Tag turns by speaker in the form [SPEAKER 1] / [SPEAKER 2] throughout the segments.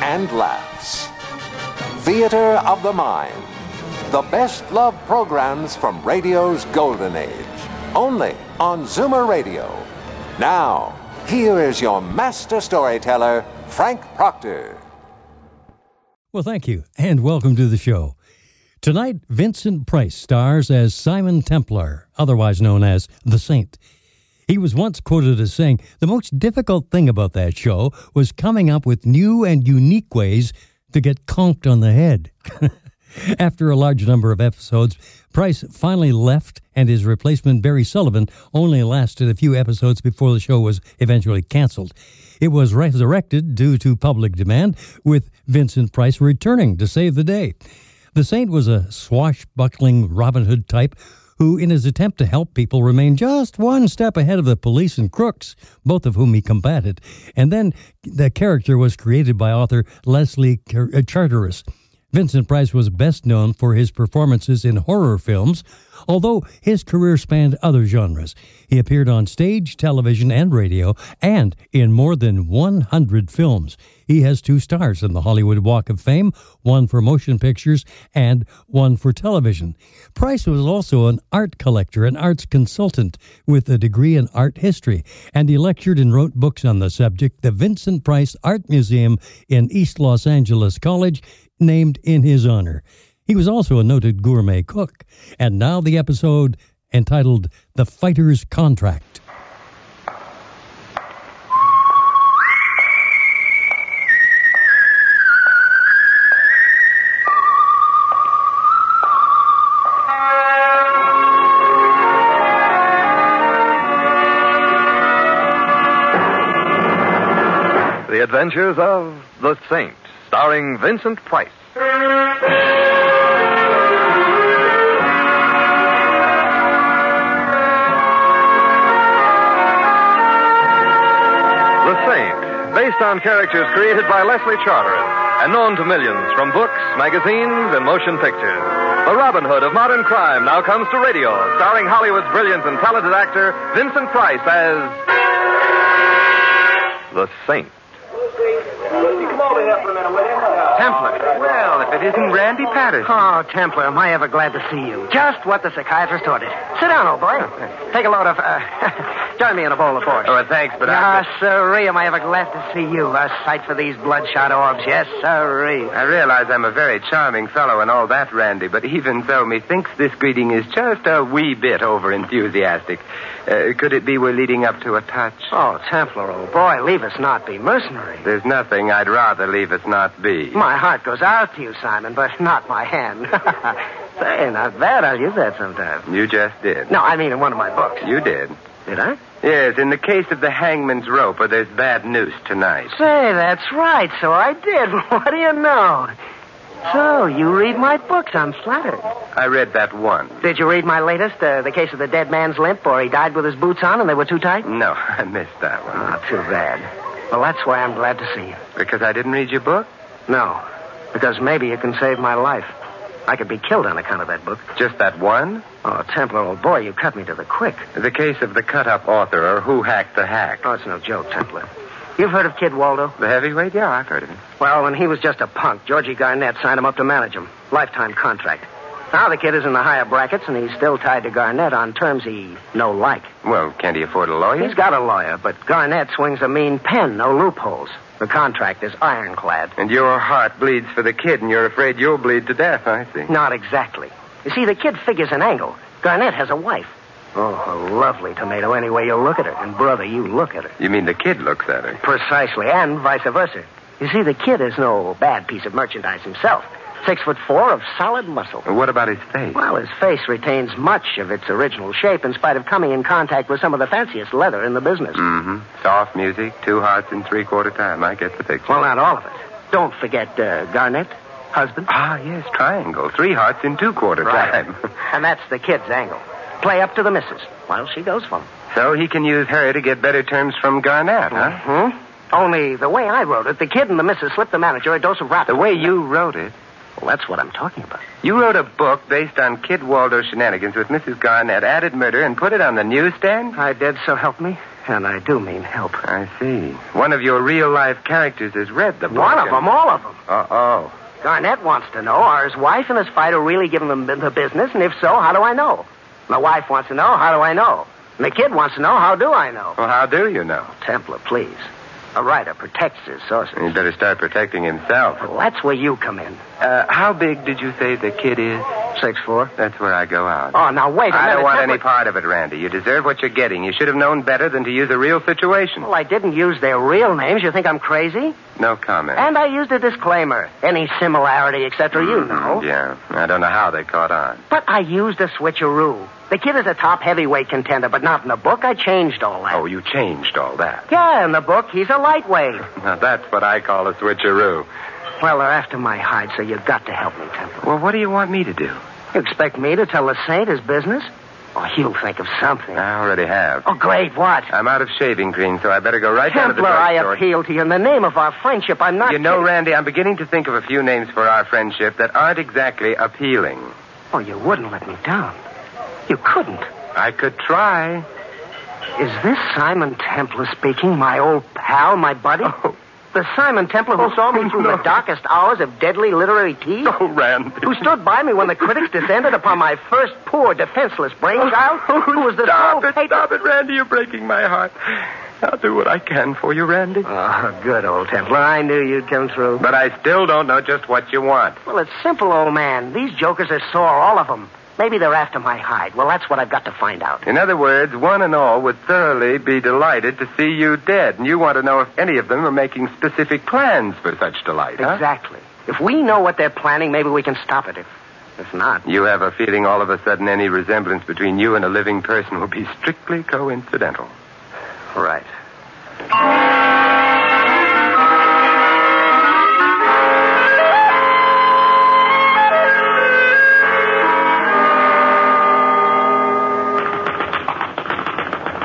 [SPEAKER 1] and laughs. Theater of the Mind. The best love programs from radio's golden age. Only on Zoomer Radio. Now, here is your master storyteller, Frank Proctor.
[SPEAKER 2] Well, thank you, and welcome to the show. Tonight, Vincent Price stars as Simon Templar, otherwise known as The Saint. He was once quoted as saying, The most difficult thing about that show was coming up with new and unique ways to get conked on the head. After a large number of episodes, Price finally left, and his replacement, Barry Sullivan, only lasted a few episodes before the show was eventually canceled. It was resurrected due to public demand, with Vincent Price returning to save the day. The Saint was a swashbuckling Robin Hood type who, in his attempt to help people, remained just one step ahead of the police and crooks, both of whom he combated. And then the character was created by author Leslie Car- uh, Charteris. Vincent Price was best known for his performances in horror films, although his career spanned other genres. He appeared on stage, television, and radio, and in more than 100 films. He has two stars in the Hollywood Walk of Fame, one for motion pictures and one for television. Price was also an art collector and arts consultant with a degree in art history, and he lectured and wrote books on the subject. The Vincent Price Art Museum in East Los Angeles College, named in his honor. He was also a noted gourmet cook. And now the episode entitled The Fighter's Contract.
[SPEAKER 3] The Adventures of the Saint, starring Vincent Price. The Saint, based on characters created by Leslie Charteris and known to millions from books, magazines, and motion pictures. The Robin Hood of modern crime now comes to radio, starring Hollywood's brilliant and talented actor Vincent Price as the Saint.
[SPEAKER 4] Come over here for a minute, will you?
[SPEAKER 5] Templar.
[SPEAKER 4] Well, if it isn't Randy Patterson.
[SPEAKER 5] Oh, Templar, am I ever glad to see you. Just what the psychiatrist ordered. Sit down, old boy. Take a load of. Uh, join me in a bowl of porridge.
[SPEAKER 4] Oh, thanks, but
[SPEAKER 5] Ah, sirree, am I ever glad to see you. A sight for these bloodshot orbs. Yes, sirree.
[SPEAKER 4] I realize I'm a very charming fellow and all that, Randy, but even so, methinks this greeting is just a wee bit over enthusiastic. Uh, could it be we're leading up to a touch?
[SPEAKER 5] Oh, Templar, old boy, leave us not be mercenary.
[SPEAKER 4] There's nothing I'd rather leave us not be.
[SPEAKER 5] My heart goes out to you, Simon, but not my hand. Say, not bad. I'll use that sometime.
[SPEAKER 4] You just did.
[SPEAKER 5] No, I mean in one of my books.
[SPEAKER 4] You did.
[SPEAKER 5] Did I?
[SPEAKER 4] Yes, in the case of the hangman's rope, or there's bad news tonight.
[SPEAKER 5] Say, that's right. So I did. What do you know? So, you read my books. I'm flattered.
[SPEAKER 4] I read that one.
[SPEAKER 5] Did you read my latest, uh, the case of the dead man's limp, or he died with his boots on and they were too tight?
[SPEAKER 4] No, I missed that one.
[SPEAKER 5] Oh, too bad. Well, that's why I'm glad to see you.
[SPEAKER 4] Because I didn't read your book?
[SPEAKER 5] No, because maybe you can save my life. I could be killed on account of that book.
[SPEAKER 4] Just that one?
[SPEAKER 5] Oh, Templar, old boy, you cut me to the quick.
[SPEAKER 4] The case of the cut up author or who hacked the hack.
[SPEAKER 5] Oh, it's no joke, Templar. You've heard of Kid Waldo?
[SPEAKER 4] The heavyweight? Yeah, I've heard of him.
[SPEAKER 5] Well, when he was just a punk, Georgie Garnett signed him up to manage him. Lifetime contract. Now the kid is in the higher brackets, and he's still tied to Garnett on terms he no like.
[SPEAKER 4] Well, can't he afford a lawyer?
[SPEAKER 5] He's got a lawyer, but Garnett swings a mean pen, no loopholes. The contract is ironclad.
[SPEAKER 4] And your heart bleeds for the kid, and you're afraid you'll bleed to death, I see.
[SPEAKER 5] Not exactly. You see, the kid figures an angle. Garnett has a wife. Oh, a lovely tomato, any way you look at her. And, brother, you look at her.
[SPEAKER 4] You mean the kid looks at her?
[SPEAKER 5] Precisely, and vice versa. You see, the kid is no bad piece of merchandise himself. Six foot four of solid muscle.
[SPEAKER 4] What about his face?
[SPEAKER 5] Well, his face retains much of its original shape in spite of coming in contact with some of the fanciest leather in the business.
[SPEAKER 4] Mm-hmm. Soft music, two hearts in three-quarter time. I get the picture.
[SPEAKER 5] Well, not all of it. Don't forget uh, Garnett, husband.
[SPEAKER 4] Ah, yes, triangle. Three hearts in two-quarter time.
[SPEAKER 5] and that's the kid's angle. Play up to the missus while she goes for him.
[SPEAKER 4] so he can use her to get better terms from Garnett, huh?
[SPEAKER 5] Hmm? Only the way I wrote it, the kid and the missus slipped the manager a dose of rock.
[SPEAKER 4] The way you wrote it,
[SPEAKER 5] Well, that's what I'm talking about.
[SPEAKER 4] you wrote a book based on Kid Waldo shenanigans with Mrs. Garnett, added murder, and put it on the newsstand?
[SPEAKER 5] I did, so help me. And I do mean help.
[SPEAKER 4] I see. One of your real-life characters has read the book.
[SPEAKER 5] One of them, all of them.
[SPEAKER 4] Uh-oh.
[SPEAKER 5] Garnett wants to know are his wife and his fighter really giving them the business? And if so, how do I know? My wife wants to know, how do I know? And the kid wants to know, how do I know?
[SPEAKER 4] Well, how do you know?
[SPEAKER 5] Templar, please. A writer protects his sources.
[SPEAKER 4] He'd better start protecting himself.
[SPEAKER 5] Well, that's where you come in.
[SPEAKER 4] Uh, how big did you say the kid is?
[SPEAKER 5] Six four.
[SPEAKER 4] That's where I go out.
[SPEAKER 5] Oh, now wait a minute.
[SPEAKER 4] I don't want
[SPEAKER 5] That
[SPEAKER 4] any
[SPEAKER 5] was-
[SPEAKER 4] part of it, Randy. You deserve what you're getting. You should have known better than to use a real situation.
[SPEAKER 5] Well, I didn't use their real names. You think I'm crazy?
[SPEAKER 4] No comment.
[SPEAKER 5] And I used a disclaimer. Any similarity, etc. You know.
[SPEAKER 4] Yeah, I don't know how they caught on.
[SPEAKER 5] But I used a switcheroo. The kid is a top heavyweight contender, but not in the book. I changed all that.
[SPEAKER 4] Oh, you changed all that.
[SPEAKER 5] Yeah, in the book, he's a lightweight.
[SPEAKER 4] Now, that's what I call a switcheroo.
[SPEAKER 5] Well, they're after my hide, so you've got to help me, Temple.
[SPEAKER 4] Well, what do you want me to do?
[SPEAKER 5] You expect me to tell the saint his business? Oh, he'll think of something.
[SPEAKER 4] I already have.
[SPEAKER 5] Oh, great, what?
[SPEAKER 4] I'm out of shaving cream, so I better go right down to the
[SPEAKER 5] Templar, I
[SPEAKER 4] drugstore.
[SPEAKER 5] appeal to you in the name of our friendship. I'm not.
[SPEAKER 4] You know,
[SPEAKER 5] kidding.
[SPEAKER 4] Randy, I'm beginning to think of a few names for our friendship that aren't exactly appealing.
[SPEAKER 5] Oh, you wouldn't let me down. You couldn't.
[SPEAKER 4] I could try.
[SPEAKER 5] Is this Simon Templar speaking? My old pal, my buddy?
[SPEAKER 4] Oh.
[SPEAKER 5] The Simon Templar who
[SPEAKER 4] Oh,
[SPEAKER 5] saw me through
[SPEAKER 4] no.
[SPEAKER 5] the darkest hours of deadly literary tea?
[SPEAKER 4] Oh, Randy.
[SPEAKER 5] Who stood by me when the critics descended upon my first poor, defenseless brainchild? Who was the
[SPEAKER 4] Oh, Stop
[SPEAKER 5] sole
[SPEAKER 4] it,
[SPEAKER 5] patron?
[SPEAKER 4] stop it, Randy. You're breaking my heart. I'll do what I can for you, Randy.
[SPEAKER 5] Oh, good old Templar. I knew you'd come through.
[SPEAKER 4] But I still don't know just what you want.
[SPEAKER 5] Well, it's simple, old man. These jokers are sore, all of them. Maybe they're after my hide. Well, that's what I've got to find out.
[SPEAKER 4] In other words, one and all would thoroughly be delighted to see you dead, and you want to know if any of them are making specific plans for such delight, huh?
[SPEAKER 5] Exactly. If we know what they're planning, maybe we can stop it. If, if not,
[SPEAKER 4] You have a feeling all of a sudden any resemblance between you and a living person will be strictly coincidental.
[SPEAKER 5] right.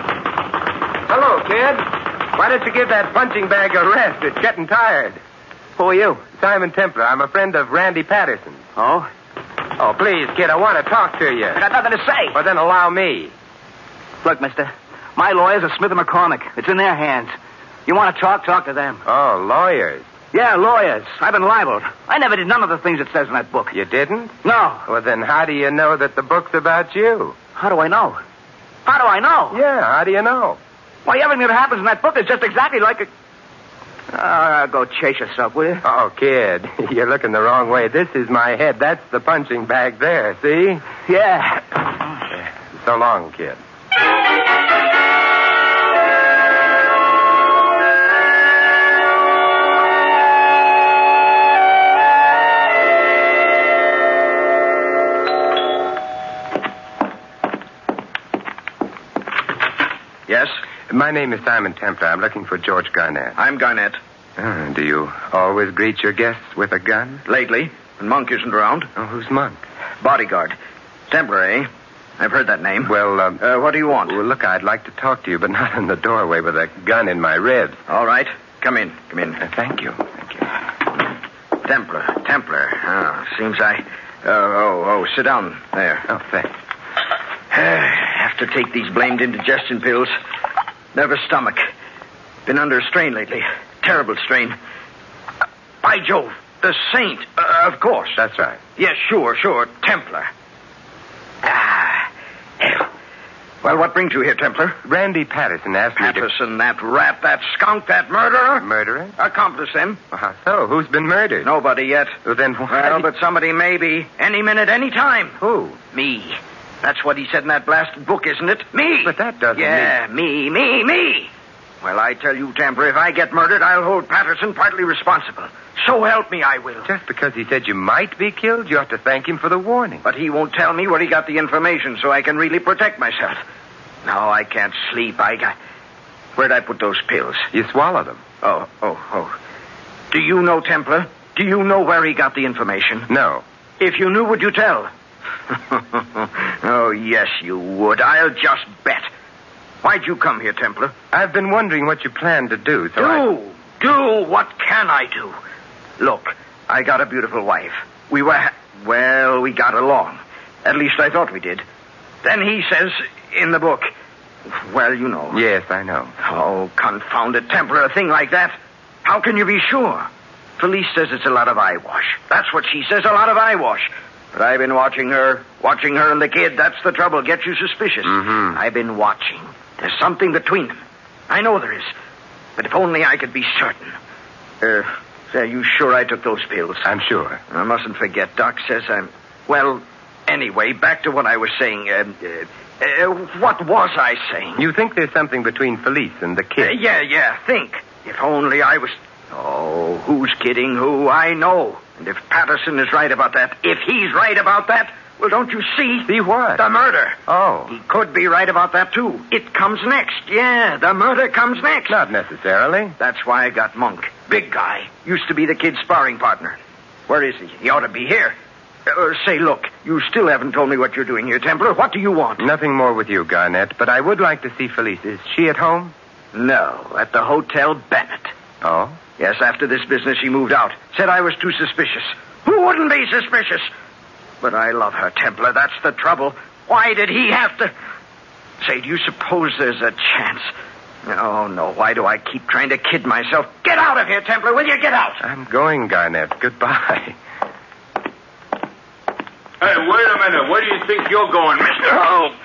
[SPEAKER 4] Hello, kid. Why don't you give that punching bag a rest? It's getting tired. Who are you? Simon Templar. I'm a friend of Randy Patterson.
[SPEAKER 5] Oh?
[SPEAKER 4] Oh, please, kid, I want to talk to you.
[SPEAKER 5] got nothing to say.
[SPEAKER 4] Well, then allow me.
[SPEAKER 5] Look, mister, my lawyers are Smith and McCormick. It's in their hands. You want to talk? Talk to them.
[SPEAKER 4] Oh, lawyers.
[SPEAKER 5] Yeah, lawyers. I've been libeled. I never did none of the things it says in that book.
[SPEAKER 4] You didn't?
[SPEAKER 5] No.
[SPEAKER 4] Well, then how do you know that the book's about you?
[SPEAKER 5] How do I know? How do I know?
[SPEAKER 4] Yeah, how do you know?
[SPEAKER 5] Why, everything that happens in that book is just exactly like a. Ah, go chase yourself, will you?
[SPEAKER 4] Oh, kid, you're looking the wrong way. This is my head. That's the punching bag there, see?
[SPEAKER 5] Yeah.
[SPEAKER 4] So long, kid.
[SPEAKER 6] Yes,
[SPEAKER 4] My name is Simon Templar. I'm looking for George Garnett.
[SPEAKER 6] I'm Garnett.
[SPEAKER 4] Uh, do you always greet your guests with a gun?
[SPEAKER 6] Lately, when Monk isn't around,
[SPEAKER 4] Oh, who's Monk?
[SPEAKER 6] bodyguard. Temporary. I've heard that name.
[SPEAKER 4] Well, um,
[SPEAKER 6] uh, what do you want?
[SPEAKER 4] well, look, I'd like to talk to you, but not in the doorway with a gun in my ribs.
[SPEAKER 6] All right, come in. Come in.
[SPEAKER 4] Uh, thank you. Thank you.
[SPEAKER 6] Templar, Templar. Ah, seems I. Uh, oh, oh, sit down there.
[SPEAKER 4] Oh, thanks.
[SPEAKER 6] Have to take these blamed indigestion pills. Nervous stomach. Been under a strain lately. Terrible strain. Uh, By Jove, the saint. Uh, of course.
[SPEAKER 4] That's right.
[SPEAKER 6] Yes, sure, sure. Templar. Ah. Well, what brings you here, Templar?
[SPEAKER 4] Randy Patterson asked me to...
[SPEAKER 6] Patterson, that rat, that skunk, that murderer.
[SPEAKER 4] Murderer?
[SPEAKER 6] Accomplice him.
[SPEAKER 4] Well, so, who's been murdered?
[SPEAKER 6] Nobody yet.
[SPEAKER 4] Well, then why...
[SPEAKER 6] Well, but somebody maybe. Any minute, any time.
[SPEAKER 4] Who?
[SPEAKER 6] Me. That's what he said in that blasted book, isn't it? Me.
[SPEAKER 4] But that doesn't
[SPEAKER 6] Yeah, me, me, me. Well, I tell you, Tamper, if I get murdered, I'll hold Patterson partly responsible. So help me, I will.
[SPEAKER 4] Just because he said you might be killed, you ought to thank him for the warning.
[SPEAKER 6] But he won't tell me where he got the information so I can really protect myself. No, I can't sleep. I got. Where'd I put those pills?
[SPEAKER 4] You swallowed them.
[SPEAKER 6] Oh, oh, oh. Do you know Templar? Do you know where he got the information?
[SPEAKER 4] No.
[SPEAKER 6] If you knew, would you tell? oh, yes, you would. I'll just bet. Why'd you come here, Templar?
[SPEAKER 4] I've been wondering what you plan to do, so
[SPEAKER 6] do,
[SPEAKER 4] I...
[SPEAKER 6] do. What can I do? Look, I got a beautiful wife. We were, ha- well, we got along. At least I thought we did. Then he says in the book, well, you know.
[SPEAKER 4] Yes, I know.
[SPEAKER 6] Oh, confound it, Templar, a thing like that. How can you be sure? Felice says it's a lot of eyewash. That's what she says, a lot of eyewash. But I've been watching her, watching her and the kid. That's the trouble. Gets you suspicious.
[SPEAKER 4] Mhm.
[SPEAKER 6] I've been watching. There's something between them. I know there is. But if only I could be certain. Uh, are you sure I took those pills?
[SPEAKER 4] I'm sure.
[SPEAKER 6] I mustn't forget. Doc says I'm. Well, anyway, back to what I was saying. Um, uh, uh, what was I saying?
[SPEAKER 4] You think there's something between Felice and the
[SPEAKER 6] Uh,
[SPEAKER 4] kid?
[SPEAKER 6] yeah, yeah, think. If only I was. Oh, who's kidding who? I know. And if Patterson is right about that, if he's right about that, well, don't you see?
[SPEAKER 4] See what?
[SPEAKER 6] The murder.
[SPEAKER 4] Oh.
[SPEAKER 6] He could be right about that, too. It comes next. Yeah, the murder comes next.
[SPEAKER 4] Not necessarily.
[SPEAKER 6] That's why I got Monk. Big guy. Used to be the kid's sparring partner. Where is he? He ought to be here. Uh, say, look, you still haven't told me what you're doing here, Templar. What do you want?
[SPEAKER 4] Nothing more with you, Garnett, but I would like to see Felice. Is she at home?
[SPEAKER 6] No, at the Hotel Bennett.
[SPEAKER 4] Oh?
[SPEAKER 6] Yes, after this business, she moved out. Said I was too suspicious. Who wouldn't be suspicious? But I love her, Templar. That's the trouble. Why did he have to. Say, do you suppose there's a chance? Oh, no. Why do I keep trying to kid myself? Get out of here, Templar, will you? Get out!
[SPEAKER 4] I'm going, Garnett. Goodbye.
[SPEAKER 7] Hey, wait a minute. Where do you think you're going, mister? Oh,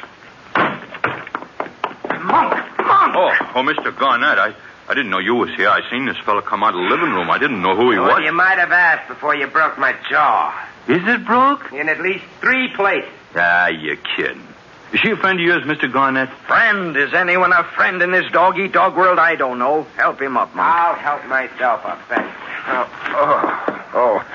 [SPEAKER 6] Monk! Monk!
[SPEAKER 7] oh, oh Mr. Garnett, I, I didn't know you was here. I seen this fella come out of the living room. I didn't know
[SPEAKER 6] Oh,
[SPEAKER 7] who he was.
[SPEAKER 6] might have asked before you broke my jaw.
[SPEAKER 7] Is it broke?
[SPEAKER 6] In at least three places.
[SPEAKER 7] Ah, you kidding. Is she a friend of yours, Mr. Garnett?
[SPEAKER 6] Friend? Is anyone a friend in this dog eat dog world? I don't know. Help him up, Monk. I'll help myself up, thanks.
[SPEAKER 4] Oh. Oh.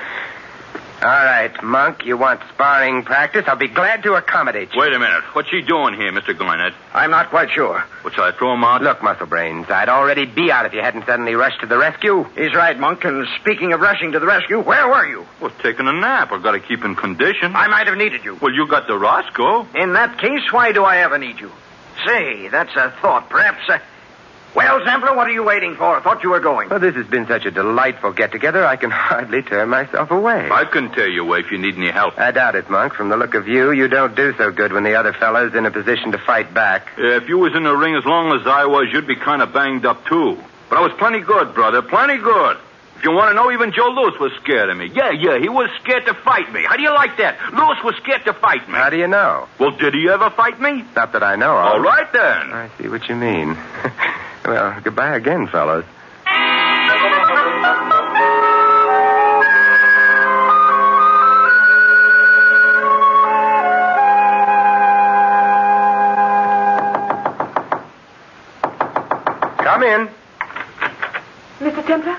[SPEAKER 4] All right, Monk, you want sparring practice? I'll be glad to accommodate you.
[SPEAKER 7] Wait a minute. What's she doing here, Mr. Garnett?
[SPEAKER 6] I'm not quite sure.
[SPEAKER 7] What, shall I throw him out?
[SPEAKER 4] Look, Musclebrains, I'd already be out if you hadn't suddenly rushed to the rescue.
[SPEAKER 6] He's right, Monk. And speaking of rushing to the rescue, where were you?
[SPEAKER 7] Well, taking a nap. I've got to keep in condition.
[SPEAKER 6] I might have needed you.
[SPEAKER 7] Well, you got the Roscoe.
[SPEAKER 6] In that case, why do I ever need you? Say, that's a thought. Perhaps. Uh... Well, Zempler, what are you waiting for? I thought you were going.
[SPEAKER 4] Well, this has been such a delightful get together, I can hardly tear myself away.
[SPEAKER 7] I can tear you away if you need any help.
[SPEAKER 4] I doubt it, Monk. From the look of you, you don't do so good when the other fellow's in a position to fight back.
[SPEAKER 7] If you was in the ring as long as I was, you'd be kind of banged up, too. But I was plenty good, brother. Plenty good. If you want to know, even Joe Lewis was scared of me. Yeah, yeah, he was scared to fight me. How do you like that? Lewis was scared to fight me.
[SPEAKER 4] How do you know?
[SPEAKER 7] Well, did he ever fight me?
[SPEAKER 4] Not that I know of.
[SPEAKER 7] All right, then.
[SPEAKER 4] I see what you mean. well, goodbye again, fellows. Come in.
[SPEAKER 8] Mr. Templar?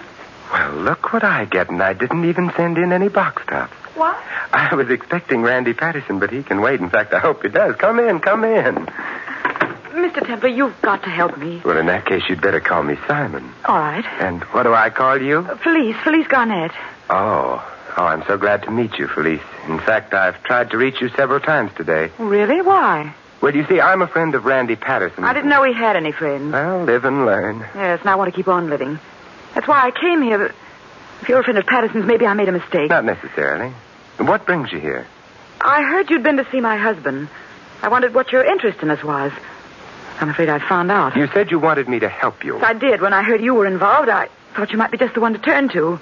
[SPEAKER 4] Well, look what I get, and I didn't even send in any box tops.
[SPEAKER 8] What?
[SPEAKER 4] I was expecting Randy Patterson, but he can wait. In fact, I hope he does. Come in, come in.
[SPEAKER 8] Mr. Templar, you've got to help me.
[SPEAKER 4] Well, in that case, you'd better call me Simon.
[SPEAKER 8] All right.
[SPEAKER 4] And what do I call you?
[SPEAKER 8] Uh, Felice, Felice Garnett.
[SPEAKER 4] Oh. Oh, I'm so glad to meet you, Felice. In fact, I've tried to reach you several times today.
[SPEAKER 8] Really? Why?
[SPEAKER 4] Well, you see, I'm a friend of Randy Patterson.
[SPEAKER 8] I didn't know he had any friends.
[SPEAKER 4] Well, live and learn.
[SPEAKER 8] Yes, and I want to keep on living. That's why I came here. but If you're a friend of Patterson's, maybe I made a mistake.
[SPEAKER 4] Not necessarily. What brings you here?
[SPEAKER 8] I heard you'd been to see my husband. I wondered what your interest in us was. I'm afraid I found out.
[SPEAKER 4] You said you wanted me to help you.
[SPEAKER 8] I did. When I heard you were involved, I thought you might be just the one to turn to.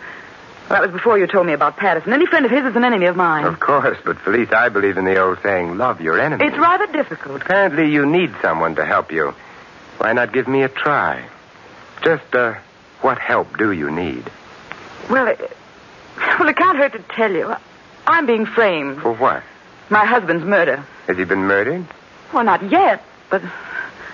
[SPEAKER 8] Well, that was before you told me about Patterson. Any friend of his is an enemy of mine.
[SPEAKER 4] Of course, but Felice, I believe in the old saying, love your Oh, enemy.
[SPEAKER 8] It's rather difficult.
[SPEAKER 4] Apparently, you need someone to help you. Why not give me a try? Just, uh, what help do you need?
[SPEAKER 8] Well, it, well, it can't hurt to tell you. I'm being framed.
[SPEAKER 4] For what?
[SPEAKER 8] My husband's murder.
[SPEAKER 4] Has he been murdered?
[SPEAKER 8] Well, not yet, but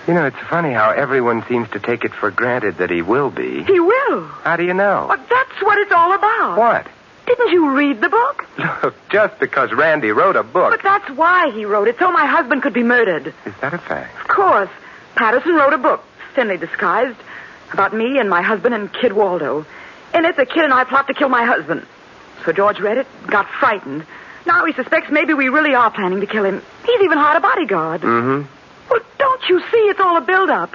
[SPEAKER 4] You know, it's funny how everyone seems to take it for granted that he will be.
[SPEAKER 8] He will.
[SPEAKER 4] How do you know?
[SPEAKER 8] Well, that's what it's all about.
[SPEAKER 4] What?
[SPEAKER 8] Didn't you read the book?
[SPEAKER 4] Look, just because Randy wrote a book.
[SPEAKER 8] But that's why he wrote it, so my husband could be murdered.
[SPEAKER 4] Is that a fact?
[SPEAKER 8] Of course. Patterson wrote a book, thinly disguised, about me and my husband and Kid Waldo. In it, the kid and I plot to kill my husband. So George read it, got frightened. Now he suspects maybe we really are planning to kill him. He's even hired a bodyguard.
[SPEAKER 4] Mm-hmm.
[SPEAKER 8] Well, don't you see? It's all a build-up.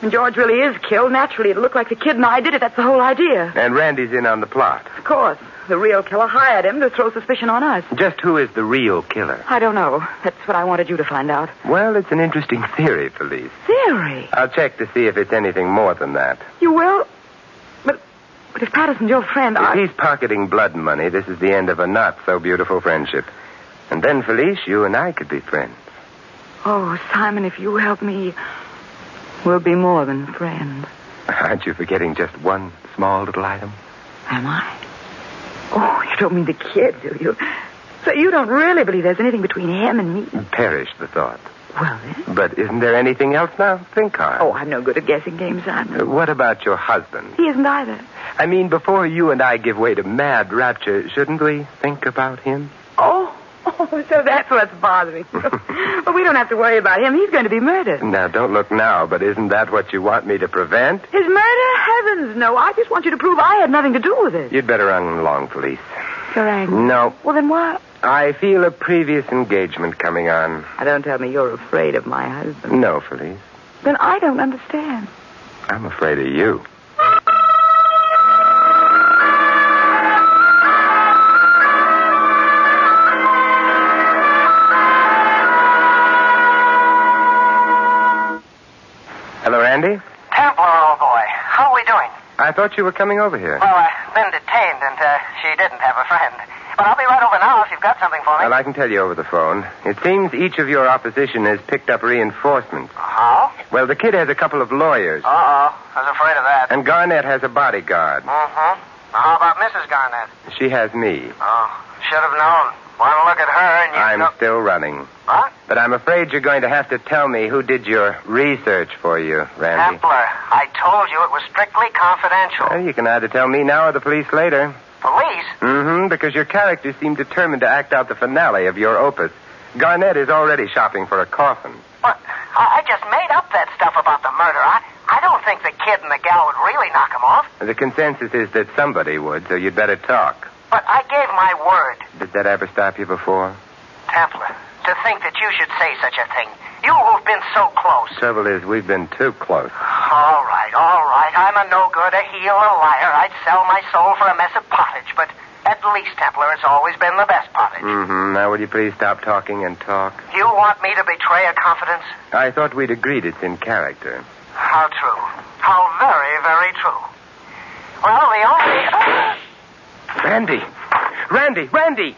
[SPEAKER 8] When George really is killed, naturally it'll look like the kid and I did it. That's the whole idea.
[SPEAKER 4] And Randy's in on the plot.
[SPEAKER 8] Of course, the real killer hired him to throw suspicion on us.
[SPEAKER 4] Just who is the real killer?
[SPEAKER 8] I don't know. That's what I wanted you to find out.
[SPEAKER 4] Well, it's an interesting theory, Felice.
[SPEAKER 8] Theory?
[SPEAKER 4] I'll check to see if it's anything more than that.
[SPEAKER 8] You will? But, but if Patterson's your friend,
[SPEAKER 4] If
[SPEAKER 8] I...
[SPEAKER 4] he's pocketing blood money, this is the end of a not so beautiful friendship. And then, Felice, you and I could be friends.
[SPEAKER 8] Oh, Simon, if you help me, we'll be more than friends.
[SPEAKER 4] Aren't you forgetting just one small little item?
[SPEAKER 8] Am I? Oh, you don't mean the kid, do you? So you don't really believe there's anything between him and me?
[SPEAKER 4] Perish the thought.
[SPEAKER 8] Well, then.
[SPEAKER 4] But isn't there anything else now? Think hard.
[SPEAKER 8] Oh, I'm no good at guessing games,
[SPEAKER 4] Uh,
[SPEAKER 8] Simon.
[SPEAKER 4] What about your husband?
[SPEAKER 8] He isn't either.
[SPEAKER 4] I mean, before you and I give way to mad rapture, shouldn't we think about him?
[SPEAKER 8] Oh, oh, so that's what's bothering you. but we don't have to worry about him. He's going to be murdered.
[SPEAKER 4] Now, don't look now, but isn't that what you want me to prevent?
[SPEAKER 8] His murder? Heavens, no. I just want you to prove I had nothing to do with it.
[SPEAKER 4] You'd better run along, Felice.
[SPEAKER 8] You're angry.
[SPEAKER 4] No,
[SPEAKER 8] Well, then why?
[SPEAKER 4] I feel a previous engagement coming on.
[SPEAKER 8] I don't tell me you're afraid of my husband.
[SPEAKER 4] No, Felice,
[SPEAKER 8] Then I don't understand.
[SPEAKER 4] I'm afraid of you. Hello, Andy.
[SPEAKER 9] Templar, old boy. How are we doing?
[SPEAKER 4] I thought you were coming over here.
[SPEAKER 9] Well, I've been detained, and uh, she didn't have a friend. But I'll be right over now if you've got something for me.
[SPEAKER 4] Well, I can tell you over the phone. It seems each of your opposition has picked up reinforcements.
[SPEAKER 9] How?
[SPEAKER 4] Well, the kid has a couple of lawyers,
[SPEAKER 9] Uh-oh. I was afraid of that.
[SPEAKER 4] and Garnett has a bodyguard.
[SPEAKER 9] Mm-hmm. How about Mrs. Garnett?
[SPEAKER 4] She has me.
[SPEAKER 9] Oh, should have known. One look at her and you
[SPEAKER 4] I'm
[SPEAKER 9] know...
[SPEAKER 4] still running.
[SPEAKER 9] What?
[SPEAKER 4] But I'm afraid you're going to have to tell me who did your research for you, Randy.
[SPEAKER 9] Templar, I told you it was strictly confidential.
[SPEAKER 4] Well, you can either tell me now or the police later.
[SPEAKER 9] Police?
[SPEAKER 4] Mm-hmm, because your characters seem determined to act out the finale of your opus. Garnett is already shopping for a coffin.
[SPEAKER 9] What? I, I just made up that stuff about the murder. I, I don't think the kid and the gal would really knock him off.
[SPEAKER 4] The consensus is that somebody would, so you'd better talk.
[SPEAKER 9] But I gave my word,
[SPEAKER 4] Did that ever stop you before?
[SPEAKER 9] Templar, to think that you should say such a thing. You who've been so close.
[SPEAKER 4] Trouble is, Oh, we've been too close.
[SPEAKER 9] All right, all right. I'm a no good, a heel, a liar. I'd sell my soul for a mess of pottage, but at least Templar has always been the best pottage.
[SPEAKER 4] Mm-hmm. Now, will you please stop talking and talk?
[SPEAKER 9] You want me to betray a confidence?
[SPEAKER 4] I thought we'd agreed it's in character.
[SPEAKER 9] How true. How very, very true. Well, the only.
[SPEAKER 4] Randy! Randy! Randy!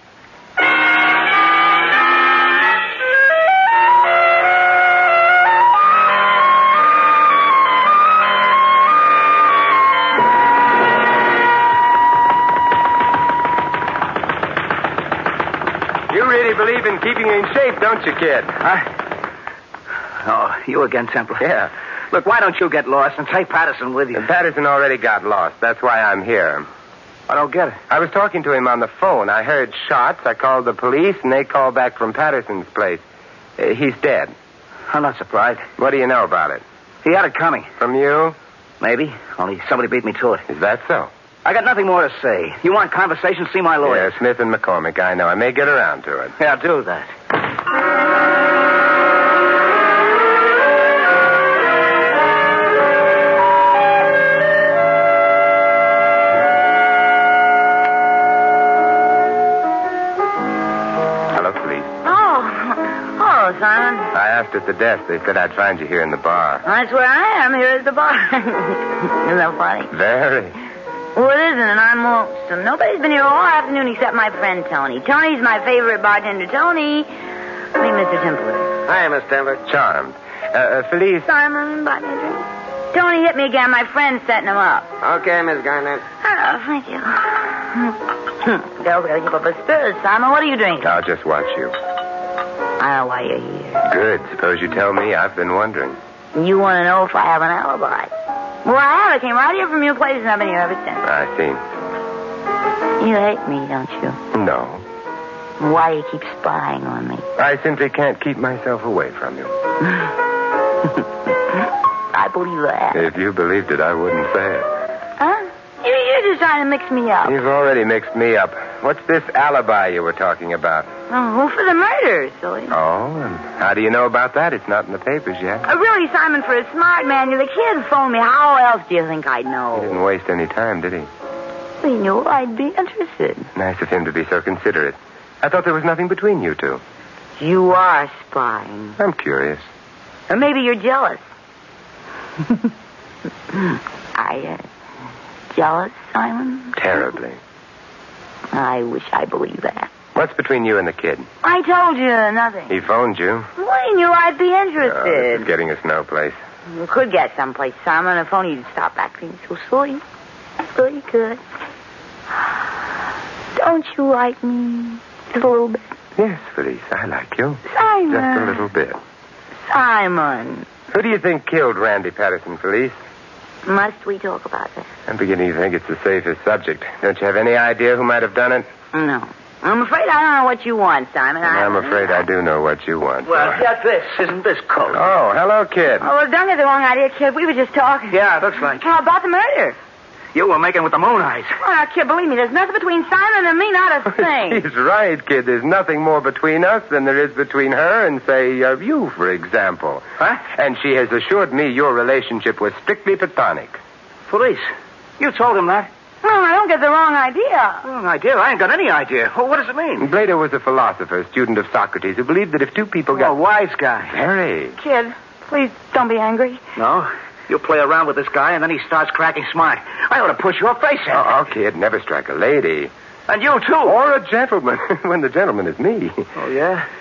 [SPEAKER 4] You really believe in keeping in shape, don't you, kid?
[SPEAKER 10] Oh, you again, Temple.
[SPEAKER 4] Yeah.
[SPEAKER 10] Look, why don't you get lost and take Patterson with you?
[SPEAKER 4] Patterson already got lost. That's why I'm here.
[SPEAKER 10] I don't get it.
[SPEAKER 4] I was talking to him on the phone. I heard shots. I called the police, and they called back from Patterson's place. Uh, he's dead.
[SPEAKER 10] I'm not surprised.
[SPEAKER 4] What do you know about it?
[SPEAKER 10] He had it coming.
[SPEAKER 4] From you?
[SPEAKER 10] Maybe. Only somebody beat me to it.
[SPEAKER 4] Is that so?
[SPEAKER 10] I got nothing more to say. You want conversation? See my lawyers.
[SPEAKER 4] Yeah, Smith and McCormick. I know. I may get around to it.
[SPEAKER 10] Yeah, do that.
[SPEAKER 4] Hello, police.
[SPEAKER 8] Oh, hello, Simon.
[SPEAKER 4] I asked at the desk. They said I'd find you here in the bar.
[SPEAKER 8] That's where I am, here at the bar. Isn't that funny?
[SPEAKER 4] Very.
[SPEAKER 8] Well, it isn't, and I'm lonesome. Nobody's been here all afternoon except my friend Tony. Tony's my favorite bartender. Tony, I mean, Mr. Templer.
[SPEAKER 4] Hi, Miss Denver. Charmed. Uh, uh, Felice.
[SPEAKER 8] Simon, buy me a drink. Tony hit me again. My friend's setting him up.
[SPEAKER 9] Okay, Miss Garnett.
[SPEAKER 8] Oh, thank you. Go, go, keep up a spirit, Simon. What are you drinking?
[SPEAKER 4] I'll just watch you.
[SPEAKER 8] I know why you're here.
[SPEAKER 4] Good. Suppose you tell me. I've been wondering.
[SPEAKER 11] And you want to know if I have an alibi. Well, I have. I came right here from your place and I've been here ever since.
[SPEAKER 4] I think.
[SPEAKER 11] You hate me, don't you?
[SPEAKER 4] No.
[SPEAKER 11] Why do you keep spying on me?
[SPEAKER 4] I simply can't keep myself away from you.
[SPEAKER 11] I believe that.
[SPEAKER 4] If you believed it, I wouldn't say it.
[SPEAKER 11] Huh? You, you're just trying to mix me up.
[SPEAKER 4] You've already mixed me up. What's this alibi you were talking about?
[SPEAKER 11] Oh, for the murder, silly.
[SPEAKER 4] Oh, and how do you know about that? It's not in the papers yet.
[SPEAKER 11] Uh, really, Simon, for a smart man, you're the kid who phoned me. How else do you think I'd
[SPEAKER 4] He
[SPEAKER 11] know?
[SPEAKER 4] didn't waste any time, did he?
[SPEAKER 11] We knew I'd be interested.
[SPEAKER 4] Nice of him to be so considerate. I thought there was nothing between you two.
[SPEAKER 11] You are spying.
[SPEAKER 4] I'm curious.
[SPEAKER 11] Or maybe you're jealous. I, uh, Hmm. jealous, Simon?
[SPEAKER 4] Terribly.
[SPEAKER 11] I wish I believed that.
[SPEAKER 4] What's between you and the kid?
[SPEAKER 11] I told you nothing.
[SPEAKER 4] He phoned you.
[SPEAKER 11] We knew I'd be
[SPEAKER 4] Oh, this is
[SPEAKER 11] interested.
[SPEAKER 4] getting us no place.
[SPEAKER 11] you could get someplace, Simon, if only you'd stop acting so silly. So you could. Don't you like me? Just a little bit.
[SPEAKER 4] Yes, Felice, I like you.
[SPEAKER 11] Simon.
[SPEAKER 4] Just a little bit.
[SPEAKER 11] Simon.
[SPEAKER 4] Who do you think killed Randy Patterson, Felice?
[SPEAKER 11] Must we talk about that?
[SPEAKER 4] I'm beginning to think it's the safest subject. Don't you have any idea who might have done it?
[SPEAKER 11] No. I'm afraid I don't know what you want, Simon. I...
[SPEAKER 4] I'm afraid I do know what you want.
[SPEAKER 6] Well,
[SPEAKER 4] Laura.
[SPEAKER 6] get this. Isn't this cold?
[SPEAKER 4] Oh, hello, kid.
[SPEAKER 11] Oh, well, don't get the wrong idea, kid. We were just talking.
[SPEAKER 6] Yeah, it looks like
[SPEAKER 11] How about the murder?
[SPEAKER 6] you were making with the moon eyes.
[SPEAKER 11] Oh, now, kid, believe me, there's nothing between Simon and me, not a thing.
[SPEAKER 4] He's right, kid. There's nothing more between us than there is between her and, say, uh, you, for example.
[SPEAKER 6] Huh?
[SPEAKER 4] And she has assured me your relationship was strictly platonic.
[SPEAKER 6] Police. You told him that?
[SPEAKER 11] no, I Oh, don't get the wrong idea.
[SPEAKER 6] Well, idea. I ain't got any idea. Well, what does it mean?
[SPEAKER 4] Plato was a philosopher, student of Socrates, who believed that if two people
[SPEAKER 6] A
[SPEAKER 4] got
[SPEAKER 6] wise guy.
[SPEAKER 4] very
[SPEAKER 11] Kid, please don't be angry.
[SPEAKER 6] No. You play around with this guy, and then he starts cracking smart. I ought to push your face in.
[SPEAKER 4] Oh, oh, kid, never strike a lady.
[SPEAKER 6] And you, too.
[SPEAKER 4] Or a gentleman, when the gentleman is me.
[SPEAKER 6] Oh, yeah?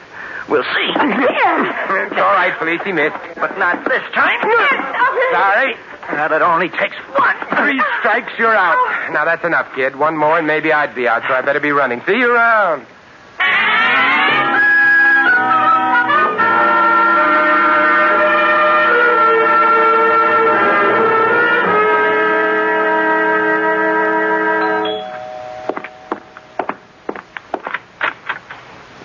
[SPEAKER 6] We'll see.
[SPEAKER 4] It's all right, Felice, he missed.
[SPEAKER 6] But not this time. Sorry. Now that only takes one.
[SPEAKER 4] Three strikes, you're out. Now, that's enough, kid. One more, and maybe I'd be out, so I better be running. See you around.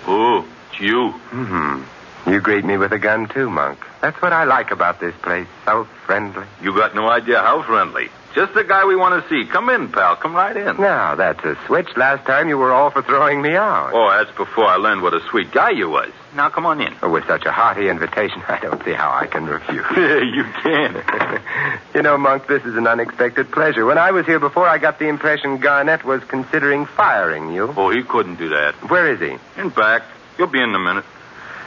[SPEAKER 7] Oh, it's you.
[SPEAKER 4] Hmm. You greet me with a gun, too, Monk. That's what I like about this place. So friendly.
[SPEAKER 7] You got no idea how friendly. Just the guy we want to see. Come in, pal. Come right in.
[SPEAKER 4] Now, that's a switch. Last time you were all for throwing me out.
[SPEAKER 7] Oh, that's before I learned what a sweet guy you was. Now come on in.
[SPEAKER 4] Oh, With such a hearty invitation, I don't see how I can refuse.
[SPEAKER 7] you can.
[SPEAKER 4] you know, Monk, this is an unexpected pleasure. When I was here before, I got the impression Garnett was considering firing you.
[SPEAKER 7] Oh, he couldn't do that.
[SPEAKER 4] Where is he?
[SPEAKER 7] In fact, you'll be in a minute.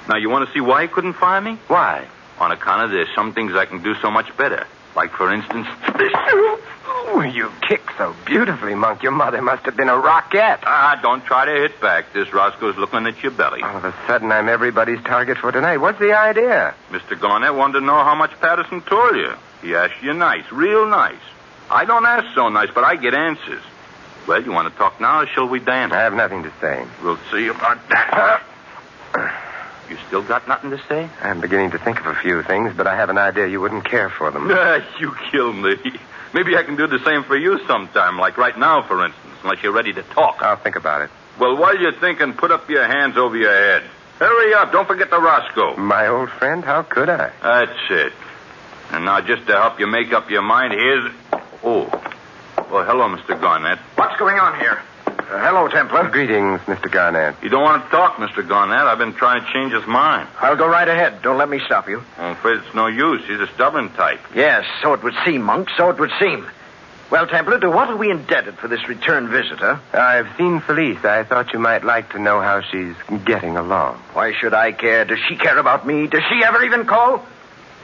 [SPEAKER 7] Now, you want to see why he couldn't fire me?
[SPEAKER 4] Why?
[SPEAKER 7] On account of there's some things I can do so much better. Like, for instance, this.
[SPEAKER 4] Oh, you kick so beautifully, Monk. Your mother must have been a rocket.
[SPEAKER 7] Ah, don't try to hit back. This Roscoe's looking at your belly.
[SPEAKER 4] All of a sudden, I'm everybody's target for tonight. What's the idea?
[SPEAKER 7] Mr. Garnett wanted to know how much Patterson told you. He asked you nice, real nice. I don't ask so nice, but I get answers. Well, you want to talk now, or shall we dance?
[SPEAKER 4] I have nothing to say.
[SPEAKER 7] We'll see about that. You still got nothing to say?
[SPEAKER 4] I'm beginning to think of a few things, but I have an idea you wouldn't care for them.
[SPEAKER 7] Ah, you kill me. Maybe I can do the same for you sometime, like right now, for instance, unless you're ready to talk.
[SPEAKER 4] I'll think about it.
[SPEAKER 7] Well, while you're thinking, put up your hands over your head. Hurry up. Don't forget the Roscoe.
[SPEAKER 4] My old friend, how could I?
[SPEAKER 7] That's it. And now, just to help you make up your mind, here's. Oh. Well, hello, Mr. Garnett.
[SPEAKER 6] What's going on here?
[SPEAKER 4] Uh, hello, Templar. Greetings, Mr. Garnett.
[SPEAKER 7] You don't want to talk, Mr. Garnett. I've been trying to change his mind.
[SPEAKER 6] I'll go right ahead. Don't let me stop you.
[SPEAKER 7] I'm afraid it's no use. He's a stubborn type.
[SPEAKER 6] Yes, so it would seem, Monk. So it would seem. Well, Templar, to what are we indebted for this return visit, huh?
[SPEAKER 4] I've seen Felice. I thought you might like to know how she's getting along.
[SPEAKER 6] Why should I care? Does she care about me? Does she ever even call?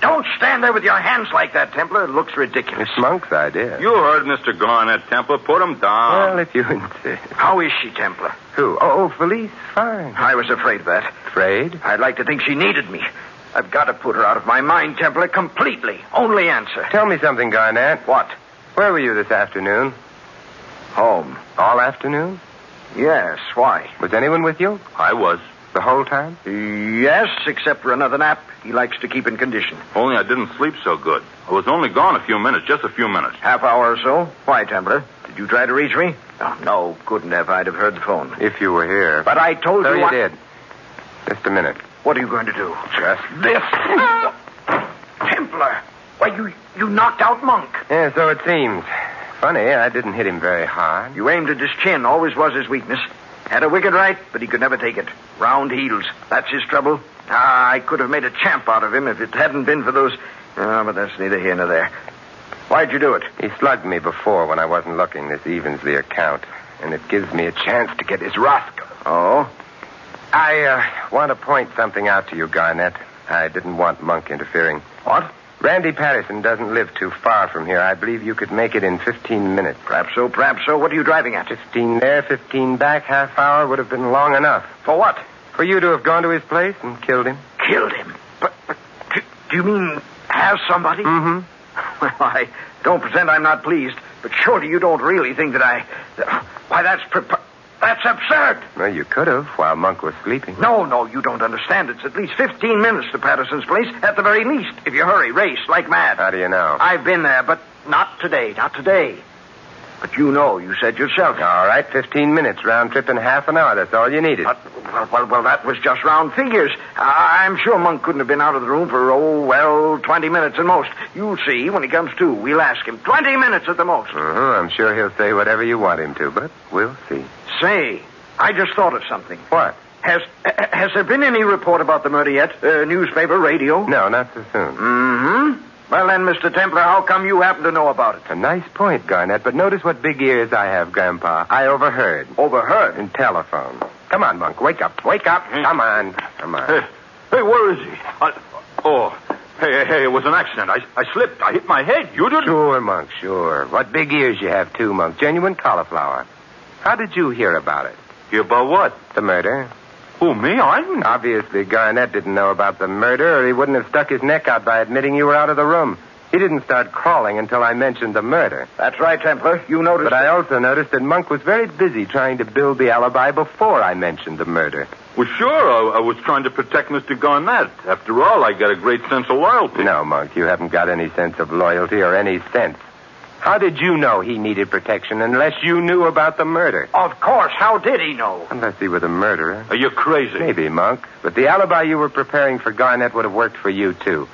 [SPEAKER 6] Don't stand there with your hands like that, Templar. It looks ridiculous.
[SPEAKER 4] It's Monk's idea.
[SPEAKER 7] You heard Mr. Garnett, Temple. Put him down.
[SPEAKER 4] Well, if you insist.
[SPEAKER 6] How is she, Templar?
[SPEAKER 4] Who? Oh, oh, Felice, fine.
[SPEAKER 6] I was afraid of that.
[SPEAKER 4] Afraid?
[SPEAKER 6] I'd like to think she needed me. I've got to put her out of my mind, Templar, completely. Only answer.
[SPEAKER 4] Tell me something, Garnett.
[SPEAKER 6] What?
[SPEAKER 4] Where were you this afternoon?
[SPEAKER 6] Home.
[SPEAKER 4] All afternoon?
[SPEAKER 6] Yes, why?
[SPEAKER 4] Was anyone with you?
[SPEAKER 7] I was.
[SPEAKER 4] the whole time?
[SPEAKER 6] Yes, except for another nap. He likes to keep in condition.
[SPEAKER 7] Only I didn't sleep so good. I was only gone a few minutes, just a few minutes.
[SPEAKER 6] Half hour or so. Why, Templar? Did you try to reach me? Oh, no, couldn't have. I'd have heard the phone.
[SPEAKER 4] If you were here.
[SPEAKER 6] But I told
[SPEAKER 4] so
[SPEAKER 6] you.
[SPEAKER 4] you
[SPEAKER 6] I-
[SPEAKER 4] did. Just a minute.
[SPEAKER 6] What are you going to do?
[SPEAKER 4] Just
[SPEAKER 6] This. Templar. Why, you, you knocked out Monk.
[SPEAKER 4] Yeah, so it seems. Funny, I didn't hit him very hard.
[SPEAKER 6] You aimed at his chin, always was his weakness. Had a wicked right, but he could never take it. Round heels. That's his trouble. Ah, I could have made a champ out of him if it hadn't been for those. Ah, but that's neither here nor there. Why'd you do it?
[SPEAKER 4] He slugged me before when I wasn't looking. This evens the account, and it gives me a chance to get his rascal.
[SPEAKER 6] Oh?
[SPEAKER 4] I uh, want to point something out to you, Garnett. I didn't want Monk interfering.
[SPEAKER 6] What?
[SPEAKER 4] Randy Patterson doesn't live too far from here. I believe you could make it in 15 minutes.
[SPEAKER 6] Perhaps so, perhaps so. What are you driving at?
[SPEAKER 4] 15 there, 15 back, half hour would have been long enough.
[SPEAKER 6] For what?
[SPEAKER 4] For you to have gone to his place and killed him?
[SPEAKER 6] Killed him. But, but do, do you mean have somebody?
[SPEAKER 4] Mm hmm.
[SPEAKER 6] Well, I don't pretend I'm not pleased, but surely you don't really think that I. that- why, that's. Prep- that's absurd.
[SPEAKER 4] Well, you could have while Monk was sleeping.
[SPEAKER 6] No, no, you don't understand. It's at least 15 minutes to Patterson's place, at the very least. If you hurry, race like mad.
[SPEAKER 4] How do you know?
[SPEAKER 6] I've been there, but not today, not today. But you know, you said yourself.
[SPEAKER 4] All right, 15 minutes, round trip in half an hour. That's all you needed.
[SPEAKER 6] But, well, well, well, that was just round figures. I- I'm sure Monk couldn't have been out of the room for, oh, well, 20 minutes at most. You'll see when he comes to. We'll ask him. 20 minutes at the most.
[SPEAKER 4] Uh-huh, I'm sure he'll say whatever you want him to, but we'll see.
[SPEAKER 6] Say, I just thought of something.
[SPEAKER 4] What?
[SPEAKER 6] Has has there been any report about the murder yet? Uh, newspaper, radio?
[SPEAKER 4] No, not so soon.
[SPEAKER 6] Mm-hmm. Well, then, Mr. Templar, how come you happen to know about it?
[SPEAKER 4] A nice point, Garnett, but notice what big ears I have, Grandpa. I overheard.
[SPEAKER 6] Overheard.
[SPEAKER 4] In telephone. Come on, Monk, wake up. Wake up. Come on. Come on.
[SPEAKER 7] Hmm. Hey, hey, where is he? I, oh, hey, hey, hey, it was an accident. I, I slipped. I hit my head. You didn't.
[SPEAKER 4] Sure, Monk, sure. What big ears you have, too, Monk. Genuine cauliflower. How did you hear about it?
[SPEAKER 7] You about what?
[SPEAKER 4] The murder?
[SPEAKER 7] Who, me? I didn't.
[SPEAKER 4] Obviously, Garnett didn't know about the murder, or he wouldn't have stuck his neck out by admitting you were out of the room. He didn't start crawling until I mentioned the murder.
[SPEAKER 6] That's right, Templar. You noticed.
[SPEAKER 4] But I also noticed that Monk was very busy trying to build the alibi before I mentioned the murder.
[SPEAKER 7] Well, sure, I, I was trying to protect Mr. Garnett. After all, I got a great sense of loyalty.
[SPEAKER 4] No, Monk, you haven't got any sense of loyalty or any sense. How did you know he needed protection unless you knew about the murder?
[SPEAKER 6] Of course. How did he know?
[SPEAKER 4] Unless he were the murderer.
[SPEAKER 7] Are you crazy?
[SPEAKER 4] Maybe, Monk. But the alibi you were preparing for Garnett would have worked for you, too.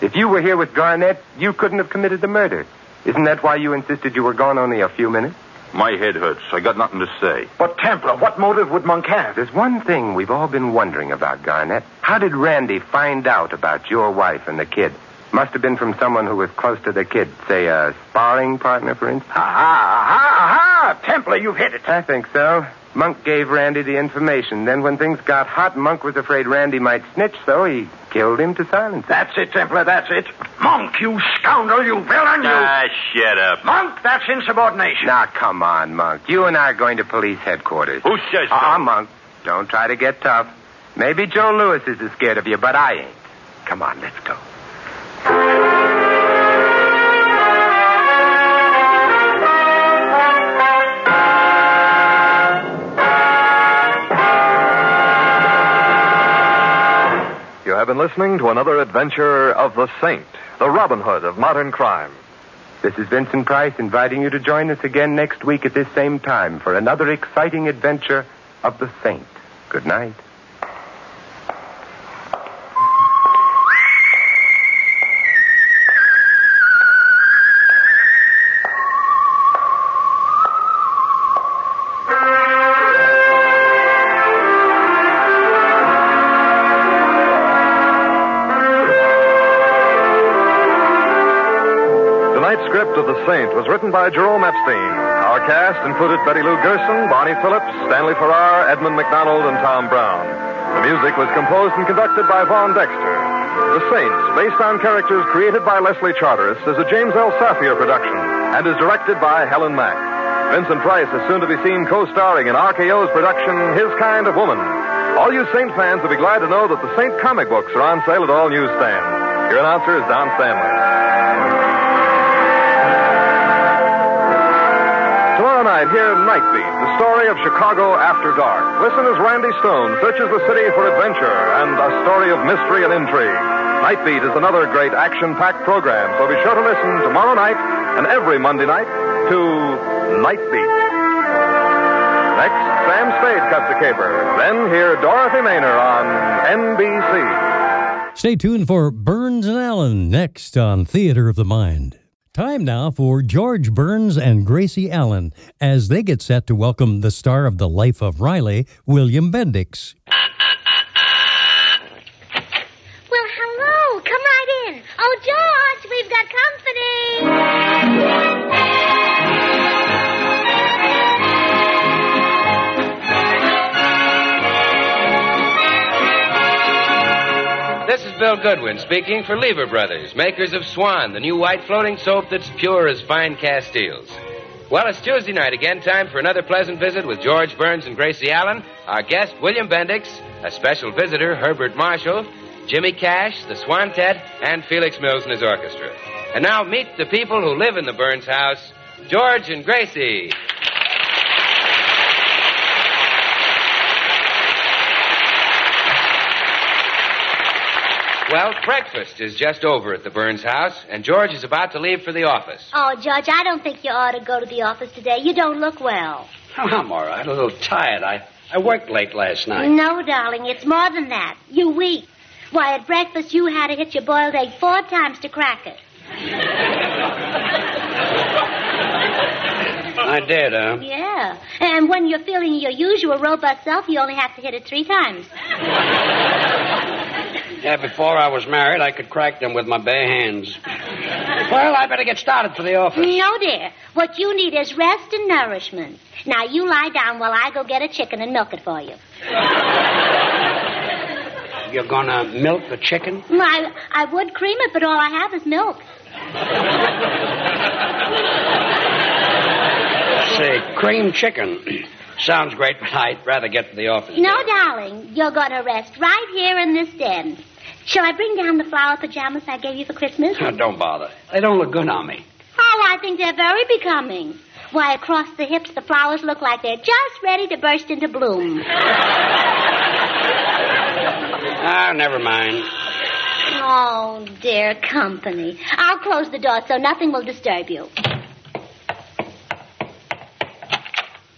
[SPEAKER 4] If you were here with Garnett, you couldn't have committed the murder. Isn't that why you insisted you were gone only a few minutes?
[SPEAKER 7] My head hurts. I got nothing to say.
[SPEAKER 6] But Templar, what motive would Monk have?
[SPEAKER 4] There's one thing we've all been wondering about, Garnett. How did Randy find out about your wife and the kid? Must have been from someone who was close to the kid, say a sparring partner, for instance.
[SPEAKER 6] Aha! Aha! Aha! Ah, Templar, you've hit it.
[SPEAKER 4] I think so. Monk gave Randy the information. Then, when things got hot, Monk was afraid Randy might snitch, so he killed him to silence him.
[SPEAKER 6] That's it, Templar. That's it. Monk, you scoundrel, you villain, you.
[SPEAKER 7] Ah, shut up.
[SPEAKER 6] Monk, that's insubordination.
[SPEAKER 4] Now, come on, Monk. You and I are going to police headquarters.
[SPEAKER 7] Who says so?
[SPEAKER 4] Ah, Monk, don't try to get tough. Maybe Joe Lewis is as scared of you, but I ain't. Come on, let's go.
[SPEAKER 3] You have been listening to another adventure of the Saint, the Robin Hood of modern crime.
[SPEAKER 4] This is Vincent Price inviting you to join us again next week at this same time for another exciting adventure of the Saint. Good night.
[SPEAKER 3] Tonight's script of The Saint was written by Jerome Epstein. Our cast included Betty Lou Gerson, Bonnie Phillips, Stanley Farrar, Edmund McDonald, and Tom Brown. The music was composed and conducted by Vaughn Dexter. The Saints, based on characters created by Leslie Charteris, is a James L. Safier production and is directed by Helen Mack. Vincent Price is soon to be seen co-starring in RKO's production, His Kind of Woman. All you Saint fans will be glad to know that the Saint comic books are on sale at all newsstands. Your announcer is Don Stanley. Tomorrow night, hear Nightbeat, the story of Chicago after dark. Listen as Randy Stone searches the city for adventure and a story of mystery and intrigue. Nightbeat is another great action packed program, so be sure to listen tomorrow night and every Monday night to Nightbeat. Next, Sam Spade cuts a caper. Then hear Dorothy Maynor on NBC.
[SPEAKER 2] Stay tuned for Burns and Allen next on Theater of the Mind. Time now for George Burns and Gracie Allen as they get set to welcome the star of The Life of Riley, William Bendix.
[SPEAKER 12] Well, hello. Come right in. Oh, George, we've got company.
[SPEAKER 13] This is Bill Goodwin speaking for Lever Brothers, makers of Swan, the new white floating soap that's pure as fine castiles. Well, it's Tuesday night again, time for another pleasant visit with George Burns and Gracie Allen, our guest William Bendix, a special visitor Herbert Marshall, Jimmy Cash, the Swan Tet, and Felix Mills and his orchestra. And now meet the people who live in the Burns house, George and Gracie. Well, breakfast is just over at the Burns house, and George is about to leave for the office.
[SPEAKER 12] Oh, George, I don't think you ought to go to the office today. You don't look well.
[SPEAKER 14] Oh, I'm all right. A little tired. I, I worked late last night.
[SPEAKER 12] No, darling, it's more than that. You're weak. Why, at breakfast, you had to hit your boiled egg four times to crack it.
[SPEAKER 14] I did, huh?
[SPEAKER 12] Yeah. And when you're feeling your usual robust self, you only have to hit it three times.
[SPEAKER 14] Yeah, before I was married, I could crack them with my bare hands. Well, I better get started for the office.
[SPEAKER 12] No, dear. What you need is rest and nourishment. Now, you lie down while I go get a chicken and milk it for you.
[SPEAKER 14] You're gonna milk the chicken?
[SPEAKER 12] Well, I, I would cream it, but all I have is milk.
[SPEAKER 14] Say, cream chicken. Sounds great, but I'd rather get to the office.
[SPEAKER 12] No, darling. You're going to rest right here in this den. Shall I bring down the flower pajamas I gave you for Christmas?
[SPEAKER 14] Oh, don't bother. They don't look good on me.
[SPEAKER 12] Oh, I think they're very becoming. Why, across the hips, the flowers look like they're just ready to burst into bloom.
[SPEAKER 14] Ah, never mind.
[SPEAKER 12] Oh, dear company. I'll close the door so nothing will disturb you.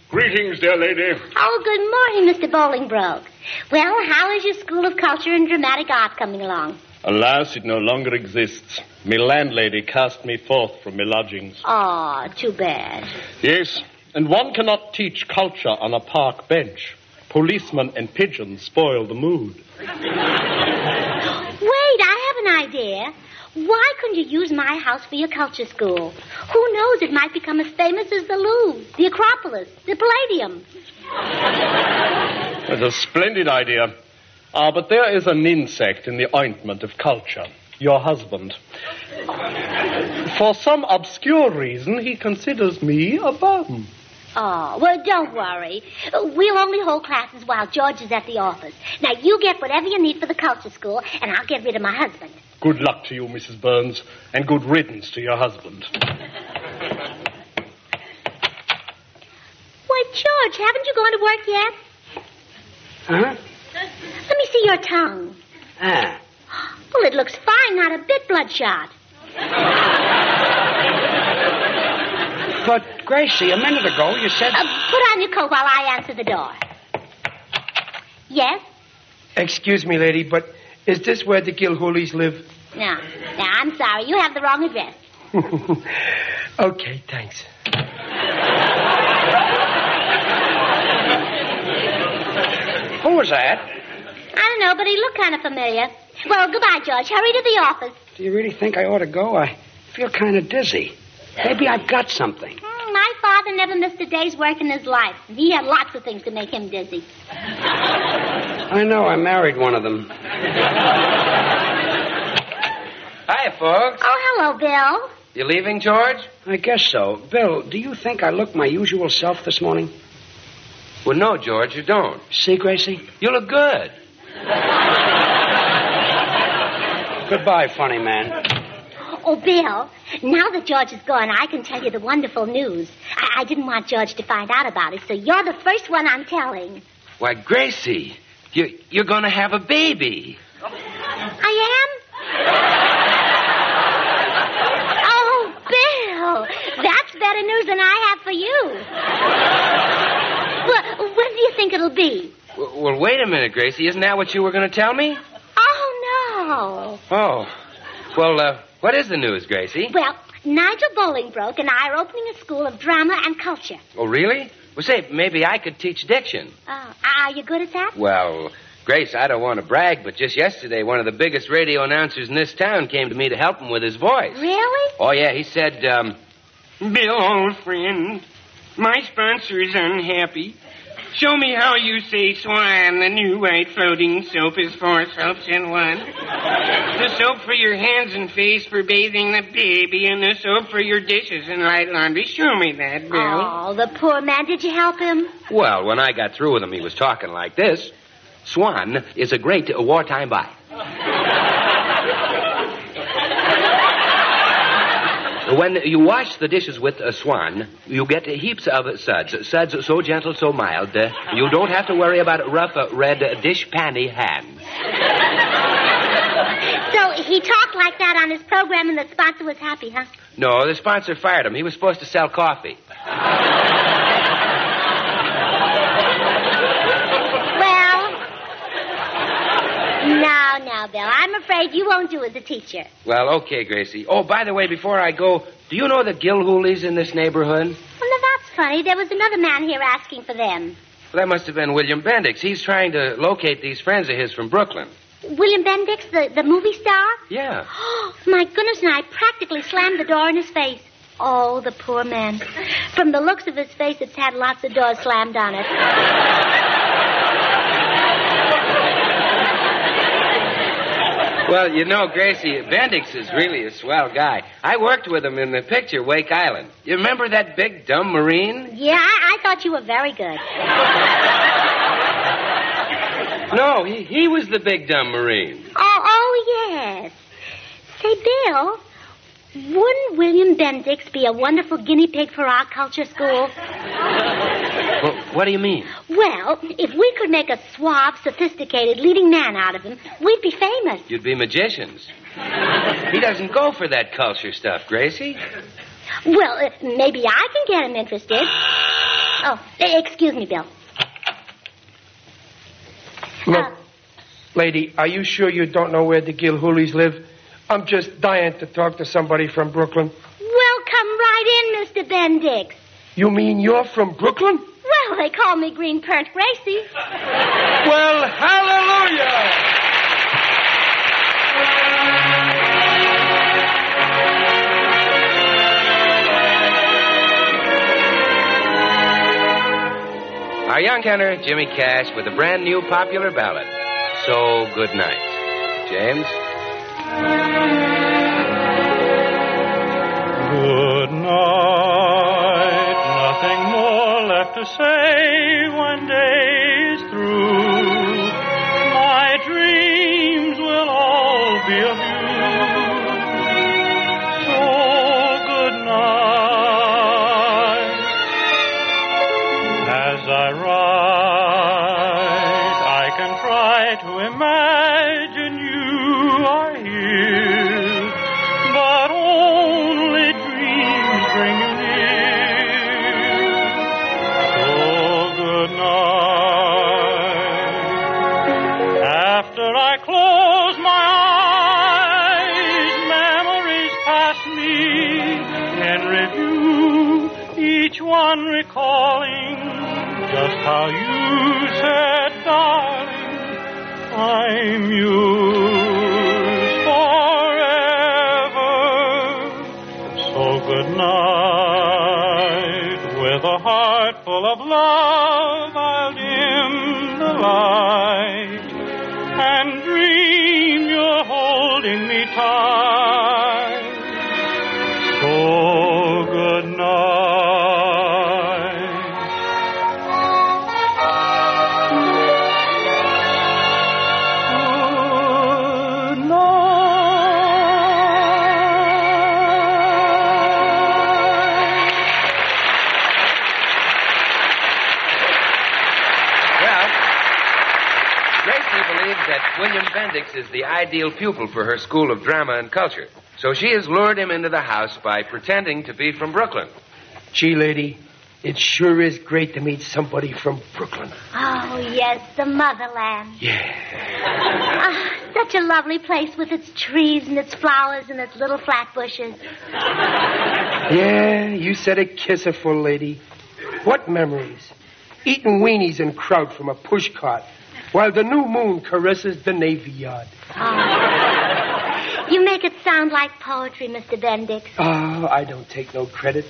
[SPEAKER 15] Greetings, dear lady.
[SPEAKER 12] Oh, good morning, Mr. Bolingbroke. Well, how is your School of Culture and Dramatic Art coming along?
[SPEAKER 15] Alas, it no longer exists. My landlady cast me forth from my lodgings.
[SPEAKER 12] Oh, too bad.
[SPEAKER 15] Yes, and one cannot teach culture on a park bench. Policemen and pigeons spoil the mood.
[SPEAKER 12] Wait, I have an idea. Why couldn't you use my house for your culture school? Who knows, it might become as famous as the Louvre, the Acropolis, the Palladium.
[SPEAKER 15] That's a splendid idea. Ah, but there is an insect in the ointment of culture. Your husband. For some obscure reason, he considers me a bum.
[SPEAKER 12] Oh, well, don't worry. We'll only hold classes while George is at the office. Now, you get whatever you need for the culture school, and I'll get rid of my husband.
[SPEAKER 15] Good luck to you, Mrs. Burns, and good riddance to your husband.
[SPEAKER 12] Why, George, haven't you gone to work yet?
[SPEAKER 14] Huh?
[SPEAKER 12] Let me see your tongue.
[SPEAKER 14] Uh-huh. Ah.
[SPEAKER 12] Well, it looks fine, not a bit bloodshot.
[SPEAKER 14] But, Gracie, a minute ago you said.
[SPEAKER 12] Uh, put on your coat while I answer the door. Yes?
[SPEAKER 16] Excuse me, lady, but is this where the Gilhooleys live?
[SPEAKER 12] No. No, I'm sorry. You have the wrong address.
[SPEAKER 16] Okay, thanks.
[SPEAKER 14] Who was that?
[SPEAKER 12] I don't know, but he looked kind of familiar. Well, goodbye, George. Hurry to the office.
[SPEAKER 14] Do you really think I ought to go? I feel kind of dizzy. Maybe I've got something.
[SPEAKER 12] Hmm, My father never missed a day's work in his life. He had lots of things to make him dizzy.
[SPEAKER 14] I know, I married one of them. Hi, folks.
[SPEAKER 12] Oh, hello, Bill.
[SPEAKER 14] You leaving, George? I guess so. Bill, do you think I look my usual self this morning? Well, no, George, you don't. See, Gracie? You look good. Goodbye, funny man.
[SPEAKER 12] Oh, Bill, now that George is gone, I can tell you the wonderful news. I, I didn't want George to find out about it, so you're the first one I'm telling.
[SPEAKER 13] Why, Gracie, you, you're going to have a baby.
[SPEAKER 12] I am? oh, Bill, that's better news than I have for you. Well, when do you think it'll be?
[SPEAKER 13] W- well, wait a minute, Gracie. Isn't that what you were going to tell me?
[SPEAKER 12] Oh,
[SPEAKER 13] Oh. Well, uh, what is the news, Gracie?
[SPEAKER 12] no. Well, Nigel Bolingbroke and I are opening a school of drama and culture.
[SPEAKER 13] Oh, really? Well, say, maybe I could teach diction.
[SPEAKER 12] Oh, are you good at that?
[SPEAKER 13] Well, Grace, I don't want to brag, but just yesterday, one of the biggest radio announcers in this town came to me to help him with his voice.
[SPEAKER 12] Really?
[SPEAKER 13] Oh, yeah, he said, um,
[SPEAKER 16] Bill, old friend, my sponsor is unhappy. Show me how you say swan. The new white floating soap is four soaps in one. The soap for your hands and face for bathing the baby, and the soap for your dishes and light laundry. Show me that, Bill.
[SPEAKER 12] Oh, the poor man. Did you help him?
[SPEAKER 13] well, when I got through with him, he was talking like this Swan is a great wartime buy. When you wash the dishes with a swan, you get heaps of suds. Suds so gentle, so mild, uh, you don't have to worry about rough uh, red uh, dish panny hands.
[SPEAKER 12] So he talked like that on his program, and the sponsor was happy, huh?
[SPEAKER 13] No, the sponsor fired him. He was supposed to sell coffee.
[SPEAKER 12] Well, now, now, Bill, I'm afraid you won't do as a teacher.
[SPEAKER 13] Well, okay, Gracie. Oh, by the way, before I go, do you know the Gilhooleys in this neighborhood?
[SPEAKER 12] Well, now that's funny. There was another man here asking for them.
[SPEAKER 13] Well, that must have been William Bendix. He's trying to locate these friends of his from Brooklyn.
[SPEAKER 12] William Bendix, the, the movie star? Oh,
[SPEAKER 13] Yeah.
[SPEAKER 12] My goodness, and I practically slammed the door in his face. Oh, the poor man. From the looks of his face, it's had lots of doors slammed on it.
[SPEAKER 13] Well, you know, Gracie, Bendix is really a swell guy. I worked with him in the picture Wake Island. You remember that big dumb Marine?
[SPEAKER 12] Yeah, I, I thought you were very good.
[SPEAKER 13] No, he, he was the big dumb Marine.
[SPEAKER 12] Oh, oh, yes. Say, Bill, wouldn't William Bendix be a wonderful guinea pig for our culture school?
[SPEAKER 13] Well, what do you mean?
[SPEAKER 12] Well, if we could make a suave, sophisticated leading man out of him, we'd be famous.
[SPEAKER 13] You'd be magicians. He doesn't go for that culture stuff, Gracie.
[SPEAKER 12] Well, uh, maybe I can get him interested. Oh, eh, excuse me, Bill.
[SPEAKER 16] Look, lady, are you sure you don't know where the Gilhooleys live? I'm just dying to talk to somebody from Brooklyn.
[SPEAKER 12] Well, come right in, Mr. Bendix.
[SPEAKER 16] You mean you're from Brooklyn?
[SPEAKER 12] Well, they call me Green Pernt Gracie.
[SPEAKER 16] Well, hallelujah!
[SPEAKER 13] Our young tenor, Jimmy Cash, with a brand new popular ballad, So Good Night. James?
[SPEAKER 17] Good night, nothing more left to say when day is through. My dreams will all be of you. So Oh, good night. As I write, I can try to imagine you are here, but only dreams bring you near. So good night. After I close my eyes, memories pass me in review, each one recalling just how you said, darling, I'm yours forever. So good night. With a heart full of love, I'll dim the light and dream you're holding me tight. So good night. Good night.
[SPEAKER 13] believes that William Bendix is the ideal pupil for her school of drama and culture. So she has lured him into the house by pretending to be from Brooklyn.
[SPEAKER 18] Gee, lady, it sure is great to meet somebody from Brooklyn.
[SPEAKER 12] Oh, yes, the motherland.
[SPEAKER 18] Yeah.
[SPEAKER 12] Ah, such a lovely place with its trees and its flowers and its little flat bushes.
[SPEAKER 18] Yeah, you said a kisserful lady. What memories? Eating weenies and kraut from a pushcart while the new moon caresses the Navy Yard.
[SPEAKER 12] Oh. You make it sound like poetry, Mr. Bendix.
[SPEAKER 18] Oh, I don't take no credit.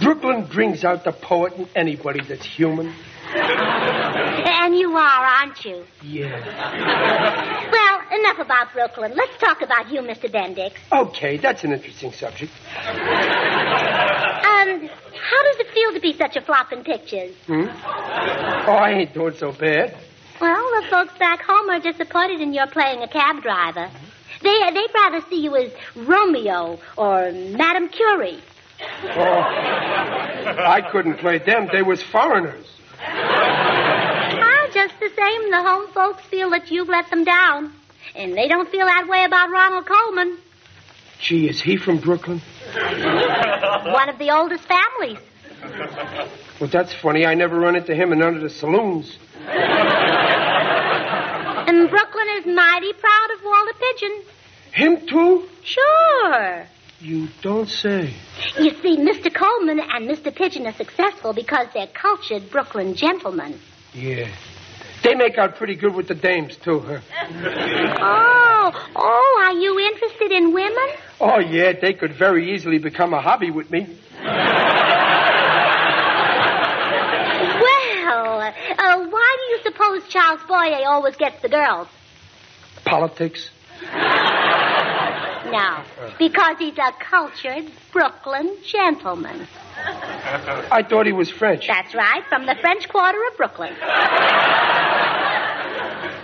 [SPEAKER 18] Brooklyn brings out the poet in anybody that's human.
[SPEAKER 12] And you are, aren't you?
[SPEAKER 18] Yeah.
[SPEAKER 12] Well, enough about Brooklyn. Let's talk about you, Mr. Bendix.
[SPEAKER 18] Okay, that's an interesting subject.
[SPEAKER 12] Um, how does it feel to be such a flop in pictures?
[SPEAKER 18] Hmm? Oh, I ain't doing so bad.
[SPEAKER 12] Well, the folks back home are disappointed in your playing a cab driver. They, they'd rather see you as Romeo or Madame Curie.
[SPEAKER 18] Oh, I couldn't play them. They was foreigners.
[SPEAKER 12] Ah, just the same, the home folks feel that you've let them down. And they don't feel that way about Ronald Coleman,
[SPEAKER 18] Gee, is he from Brooklyn?
[SPEAKER 12] one of the oldest families.
[SPEAKER 18] Well, that's funny. I never run into him in none of the saloons.
[SPEAKER 12] And Brooklyn is mighty proud of Walter Pigeon.
[SPEAKER 18] Him too?
[SPEAKER 12] Sure.
[SPEAKER 18] You don't say.
[SPEAKER 12] You see, Mr. Coleman and Mr. Pigeon are successful because they're cultured Brooklyn gentlemen.
[SPEAKER 18] Yeah. They make out pretty good with the dames, too, huh?
[SPEAKER 12] Oh, oh, are you interested in women?
[SPEAKER 18] Oh, yeah, they could very easily become a hobby with me.
[SPEAKER 12] Well, uh, why do you suppose Charles Boyer always gets the girls?
[SPEAKER 18] Politics.
[SPEAKER 12] No,
[SPEAKER 18] Uh-huh.
[SPEAKER 12] because he's a cultured Brooklyn gentleman.
[SPEAKER 18] I thought he was French.
[SPEAKER 12] That's right, from the French Quarter of Brooklyn.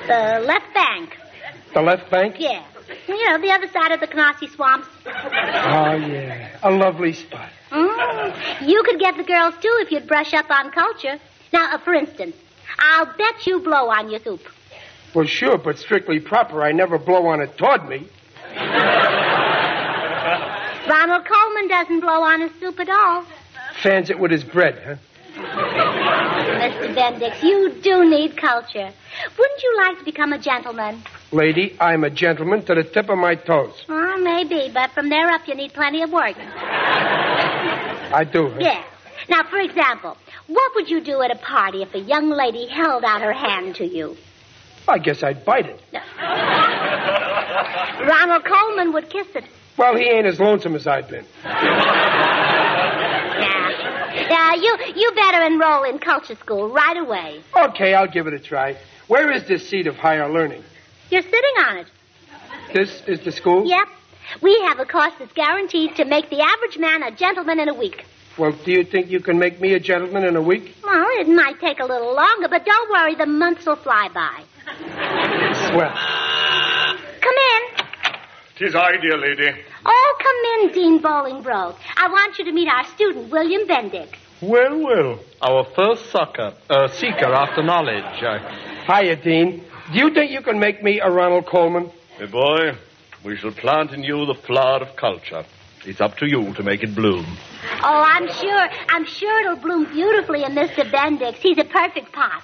[SPEAKER 12] the left bank.
[SPEAKER 18] The left bank?
[SPEAKER 12] Yeah. You know, the other side of the Canarsie Swamps.
[SPEAKER 18] Oh, yeah. A lovely spot.
[SPEAKER 12] Mm. You could get the girls, too, if you'd brush up on culture. Now, uh, for instance, I'll bet you blow on your soup.
[SPEAKER 18] Well, sure, but strictly proper. I never blow on it toward me.
[SPEAKER 12] Ronald Coleman doesn't blow on his soup at all.
[SPEAKER 18] Fans it with his bread, huh?
[SPEAKER 12] Mr. Bendix, you do need culture. Wouldn't you like to become a gentleman?
[SPEAKER 18] Lady, I'm a gentleman to the tip of my toes.
[SPEAKER 12] Well, Ah, maybe, but from there up, you need plenty of work.
[SPEAKER 18] I do. huh?
[SPEAKER 12] Yeah. Now, for example, what would you do at a party if a young lady held out her hand to you?
[SPEAKER 18] I guess I'd bite it.
[SPEAKER 12] Ronald Coleman would kiss it.
[SPEAKER 18] Well, he ain't as lonesome as I've been.
[SPEAKER 12] Yeah, you you better enroll in culture school right away.
[SPEAKER 18] Okay, I'll give it a try. Where is this seat of higher learning?
[SPEAKER 12] You're sitting on it.
[SPEAKER 18] This is the school?
[SPEAKER 12] Yep. We have a course that's guaranteed to make the average man a gentleman in a week.
[SPEAKER 18] Well, do you think you can make me a gentleman in a week?
[SPEAKER 12] Well, it might take a little longer, but don't worry, the months will fly by.
[SPEAKER 18] Swell.
[SPEAKER 12] Come in.
[SPEAKER 19] Tis I, dear lady.
[SPEAKER 12] Oh, come in, Dean Bolingbroke. I want you to meet our student, William Bendix.
[SPEAKER 19] Well, well.
[SPEAKER 15] Our first sucker, uh, seeker after knowledge. Uh,
[SPEAKER 18] Hiya, Dean. Do you think you can make me a Ronald Coleman?
[SPEAKER 19] My boy, we shall plant in you the flower of culture. It's up to you to make it bloom.
[SPEAKER 12] Oh, I'm sure, I'm sure it'll bloom beautifully in Mr. Bendix. He's a perfect pot.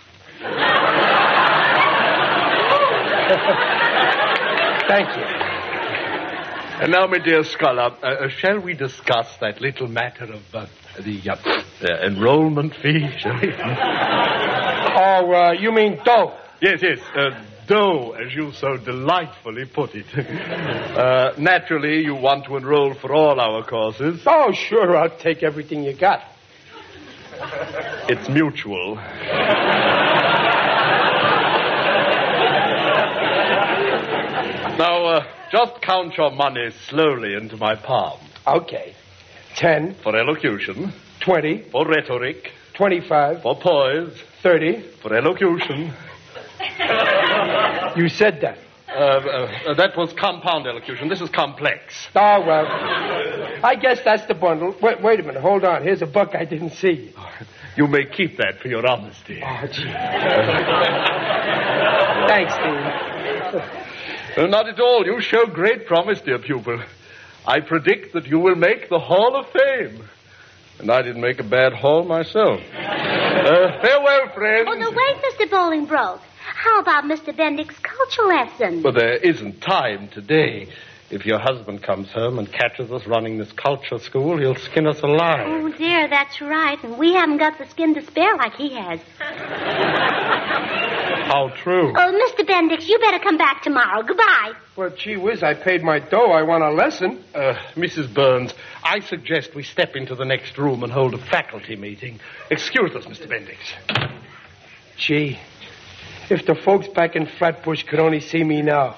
[SPEAKER 18] Thank you.
[SPEAKER 19] And now, my dear scholar, uh, uh, shall we discuss that little matter of uh, the uh, uh, enrollment fee? Shall we?
[SPEAKER 18] oh, uh, you mean dough?
[SPEAKER 19] Yes, yes, uh, dough, as you so delightfully put it. uh, naturally, you want to enroll for all our courses.
[SPEAKER 18] Oh, sure, I'll take everything you got.
[SPEAKER 19] It's mutual. now, uh, just count your money slowly into my palm.
[SPEAKER 18] Okay. Ten.
[SPEAKER 19] For elocution.
[SPEAKER 18] Twenty.
[SPEAKER 19] For rhetoric.
[SPEAKER 18] Twenty-five.
[SPEAKER 19] For poise.
[SPEAKER 18] Thirty.
[SPEAKER 19] For elocution.
[SPEAKER 18] You said that.
[SPEAKER 19] Uh, uh, uh, that was compound elocution. This is complex.
[SPEAKER 18] Oh, well. I guess that's the bundle. Wait, wait a minute. Hold on. Here's a buck I didn't see.
[SPEAKER 19] Oh, You may keep that for your honesty.
[SPEAKER 18] Oh, gee. Thanks, Dean.
[SPEAKER 19] Uh, Not at all. You show great promise, dear pupil. I predict that you will make the Hall of Fame. And I didn't make a bad haul myself. Uh, farewell, friends.
[SPEAKER 12] Oh, no, wait, Mr. Bolingbroke. How about Mr. Bendick's culture lesson?
[SPEAKER 19] But there isn't time today. If your husband comes home and catches us running this culture school, he'll skin us alive.
[SPEAKER 12] Oh, dear, that's right. And we haven't got the skin to spare like he has.
[SPEAKER 19] How true.
[SPEAKER 12] Oh, Mr. Bendix, you better come back tomorrow. Goodbye.
[SPEAKER 19] Well, gee whiz, I paid my dough. I want a lesson. Uh, Mrs. Burns, I suggest we step into the next room and hold a faculty meeting. Excuse us, Mr. Bendix.
[SPEAKER 18] Gee, if the folks back in Flatbush could only see me now.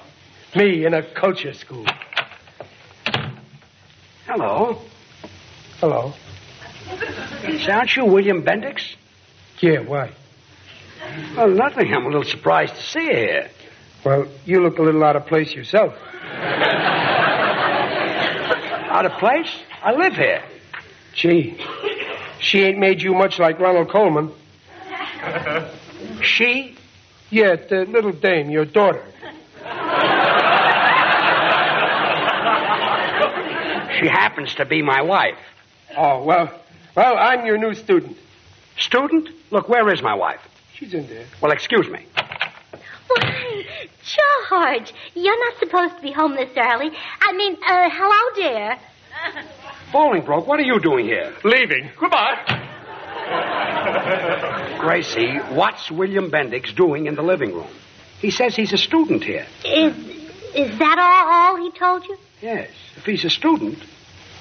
[SPEAKER 18] Me in a culture school.
[SPEAKER 14] Hello.
[SPEAKER 18] Hello.
[SPEAKER 14] Yes, aren't you William Bendix?
[SPEAKER 18] Yeah, why?
[SPEAKER 14] Well, nothing. I'm a little surprised to see you here.
[SPEAKER 18] Well, you look a little out of place yourself.
[SPEAKER 14] Out of place? I live here.
[SPEAKER 18] Gee, she ain't made you much like Ronald Coleman.
[SPEAKER 14] She?
[SPEAKER 18] Yeah, the little dame, your daughter.
[SPEAKER 14] She happens to be my wife.
[SPEAKER 18] Oh, well, well, I'm your new student.
[SPEAKER 14] Student? Look, where is my wife?
[SPEAKER 18] She's in there.
[SPEAKER 14] Well, excuse me.
[SPEAKER 12] Why, George, you're not supposed to be home this early. I mean, uh, hello, dear.
[SPEAKER 14] Bolingbroke, what are you doing here?
[SPEAKER 19] Leaving. Goodbye.
[SPEAKER 14] Gracie, what's William Bendix doing in the living room? He says he's a student here.
[SPEAKER 12] Is, is that all, all he told you?
[SPEAKER 14] Yes. If he's a student,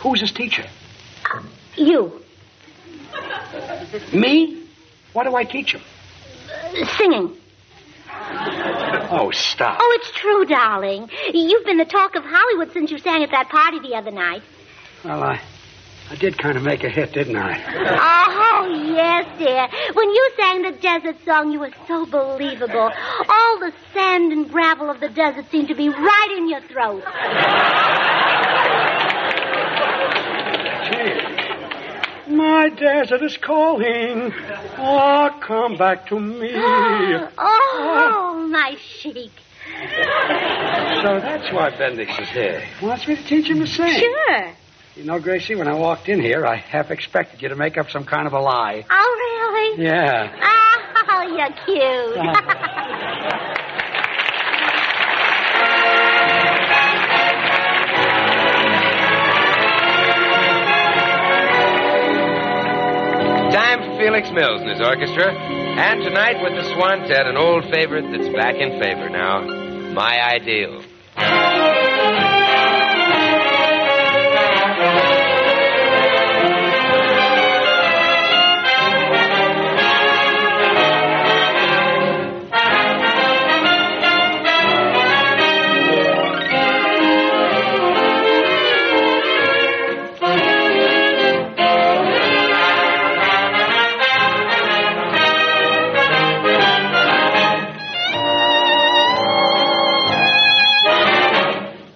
[SPEAKER 14] who's his teacher?
[SPEAKER 12] You.
[SPEAKER 14] Me? What do I teach him?
[SPEAKER 12] Uh, singing.
[SPEAKER 14] Oh, stop.
[SPEAKER 12] Oh, it's true, darling. You've been the talk of Hollywood since you sang at that party the other night.
[SPEAKER 14] Well, I, I did kind of make a hit, didn't I?
[SPEAKER 12] Oh, yes, dear. When you sang the desert song, you were so believable. All the sand and gravel of the desert seemed to be right in your throat.
[SPEAKER 14] My desert is calling. Oh,
[SPEAKER 20] Ah,
[SPEAKER 14] come back to me.
[SPEAKER 12] Oh, oh, my chic.
[SPEAKER 14] So that's why Bendix is here. He wants me to teach him to sing.
[SPEAKER 12] Sure.
[SPEAKER 14] You know, Gracie, when I walked in here, I half expected you to make up some kind of a lie.
[SPEAKER 12] Oh, really?
[SPEAKER 14] Yeah. Uh-huh.
[SPEAKER 12] Oh, you're cute.
[SPEAKER 13] Time for Felix Mills and his orchestra. And tonight with the Swantet, an old favorite that's back in favor now. My Ideal.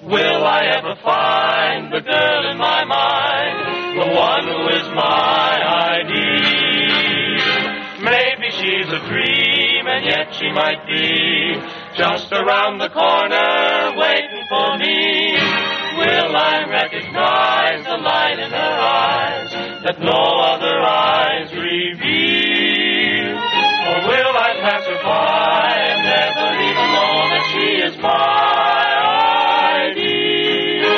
[SPEAKER 21] Will I ever find the girl in my mind, the one who is my ideal? Maybe she's a dream, and yet she might be just around the corner waiting for me. Will I recognize the light in her eyes that no other eyes reveal? Or will I pass her by and never even know that she is my ideal?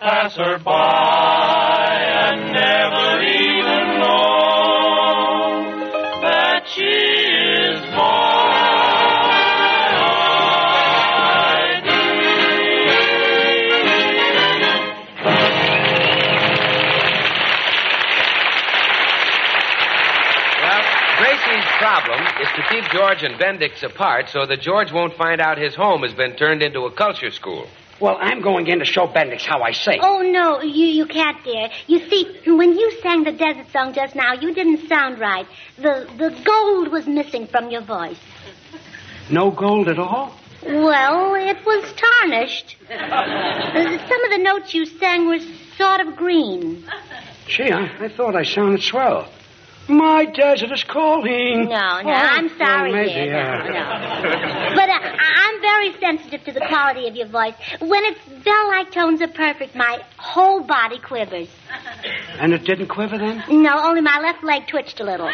[SPEAKER 21] pass her by and never even know that she is my ID.
[SPEAKER 13] Well, Gracie's problem is to keep George and Bendix apart so that George won't find out his home has been turned into a culture school.
[SPEAKER 14] Well, I'm going in to show Bendix how I say.
[SPEAKER 12] Oh, no, you, you can't, dear. You see, when you sang the desert song just now, you didn't sound right. The, the gold was missing from your voice.
[SPEAKER 14] No gold at all?
[SPEAKER 12] Well, it was tarnished. Uh, Some of the notes you sang were sort of green.
[SPEAKER 14] Gee, I, I thought I sounded swell. My desert is calling.
[SPEAKER 12] No, no,
[SPEAKER 14] Oh,
[SPEAKER 12] I'm sorry,
[SPEAKER 14] well, maybe,
[SPEAKER 12] dear. No,
[SPEAKER 14] yeah.
[SPEAKER 12] no. But uh, I- I'm very sensitive to the quality of your voice. When its bell-like tones are perfect, my whole body quivers.
[SPEAKER 14] And it didn't quiver then?
[SPEAKER 12] No, only my left leg twitched a little.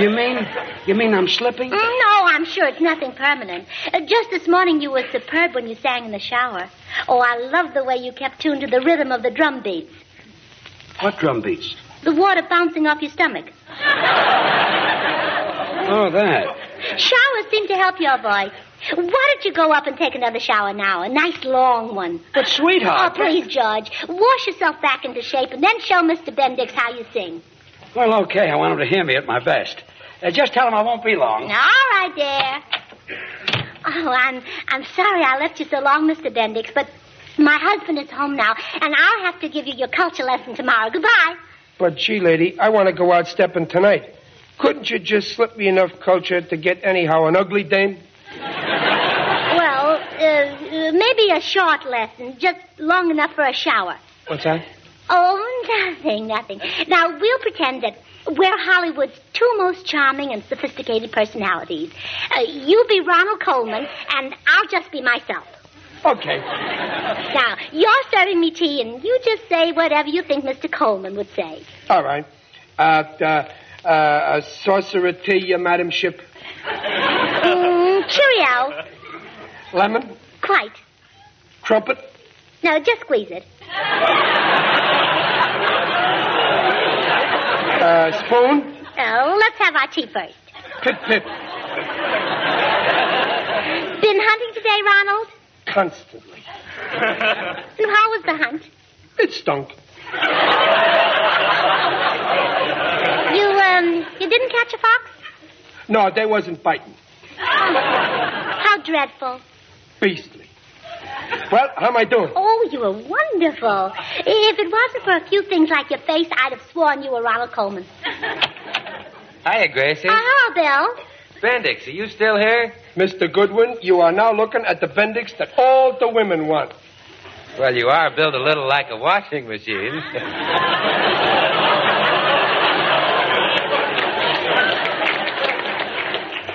[SPEAKER 14] You mean, you mean I'm slipping?
[SPEAKER 12] Mm, No, I'm sure it's nothing permanent. Uh, just this morning, you were superb when you sang in the shower. Oh, I love the way you kept tuned to the rhythm of the drum beats,
[SPEAKER 14] What drum beats?
[SPEAKER 12] the water bouncing off your stomach.
[SPEAKER 14] Oh, that.
[SPEAKER 12] Showers seem to help your voice. Why don't you go up and take another shower now? A nice long one.
[SPEAKER 14] But, sweetheart,
[SPEAKER 12] Oh, please, George. Wash yourself back into shape and then show Mr. Bendix how you sing.
[SPEAKER 14] Well, okay, I want him to hear me at my best. Uh, just tell him I won't be
[SPEAKER 12] All
[SPEAKER 14] long.
[SPEAKER 12] right, dear. Oh, I'm, I'm sorry I left you so long, Mr. Bendix, but my husband is home now, and I'll have to give you your culture lesson tomorrow. Goodbye.
[SPEAKER 18] But gee, lady, I want to go out stepping tonight. Couldn't you just slip me enough culture to get anyhow an ugly dame?
[SPEAKER 12] Well, uh, uh, maybe a short lesson, just long enough for a shower.
[SPEAKER 14] What's that?
[SPEAKER 12] Oh, nothing, nothing. Now, we'll pretend that we're Hollywood's two most charming and sophisticated personalities. Uh, you be Ronald Coleman, and I'll just be myself.
[SPEAKER 14] Okay.
[SPEAKER 12] Now, you're serving me tea, and you just say whatever you think Mr. Coleman would say.
[SPEAKER 18] All right. Uh, uh, uh, uh, sorcerer tea, uh, madam ship.
[SPEAKER 12] Mm, cheerio.
[SPEAKER 18] Lemon?
[SPEAKER 12] Quite.
[SPEAKER 18] Trumpet?
[SPEAKER 12] No, just squeeze it.
[SPEAKER 18] Uh, spoon?
[SPEAKER 12] Oh, let's have our tea first.
[SPEAKER 18] Pip, pip.
[SPEAKER 12] Been hunting today, Ronald?
[SPEAKER 18] Constantly.
[SPEAKER 12] And how was the hunt?
[SPEAKER 18] It stunk.
[SPEAKER 12] You, um, you didn't catch a fox?
[SPEAKER 18] No, they wasn't biting.
[SPEAKER 12] How dreadful.
[SPEAKER 18] Beastly. Well, how am I doing?
[SPEAKER 12] Oh, you were wonderful. If it wasn't for a few things like your face, I'd have sworn you were Ronald Coleman.
[SPEAKER 13] Hiya, Gracie.
[SPEAKER 12] Oh, hello, Bill.
[SPEAKER 13] Bendix, are you still here?
[SPEAKER 18] Mr. Goodwin, you are now looking at the Bendix that all the women want.
[SPEAKER 13] Well, you are built a little like a washing machine.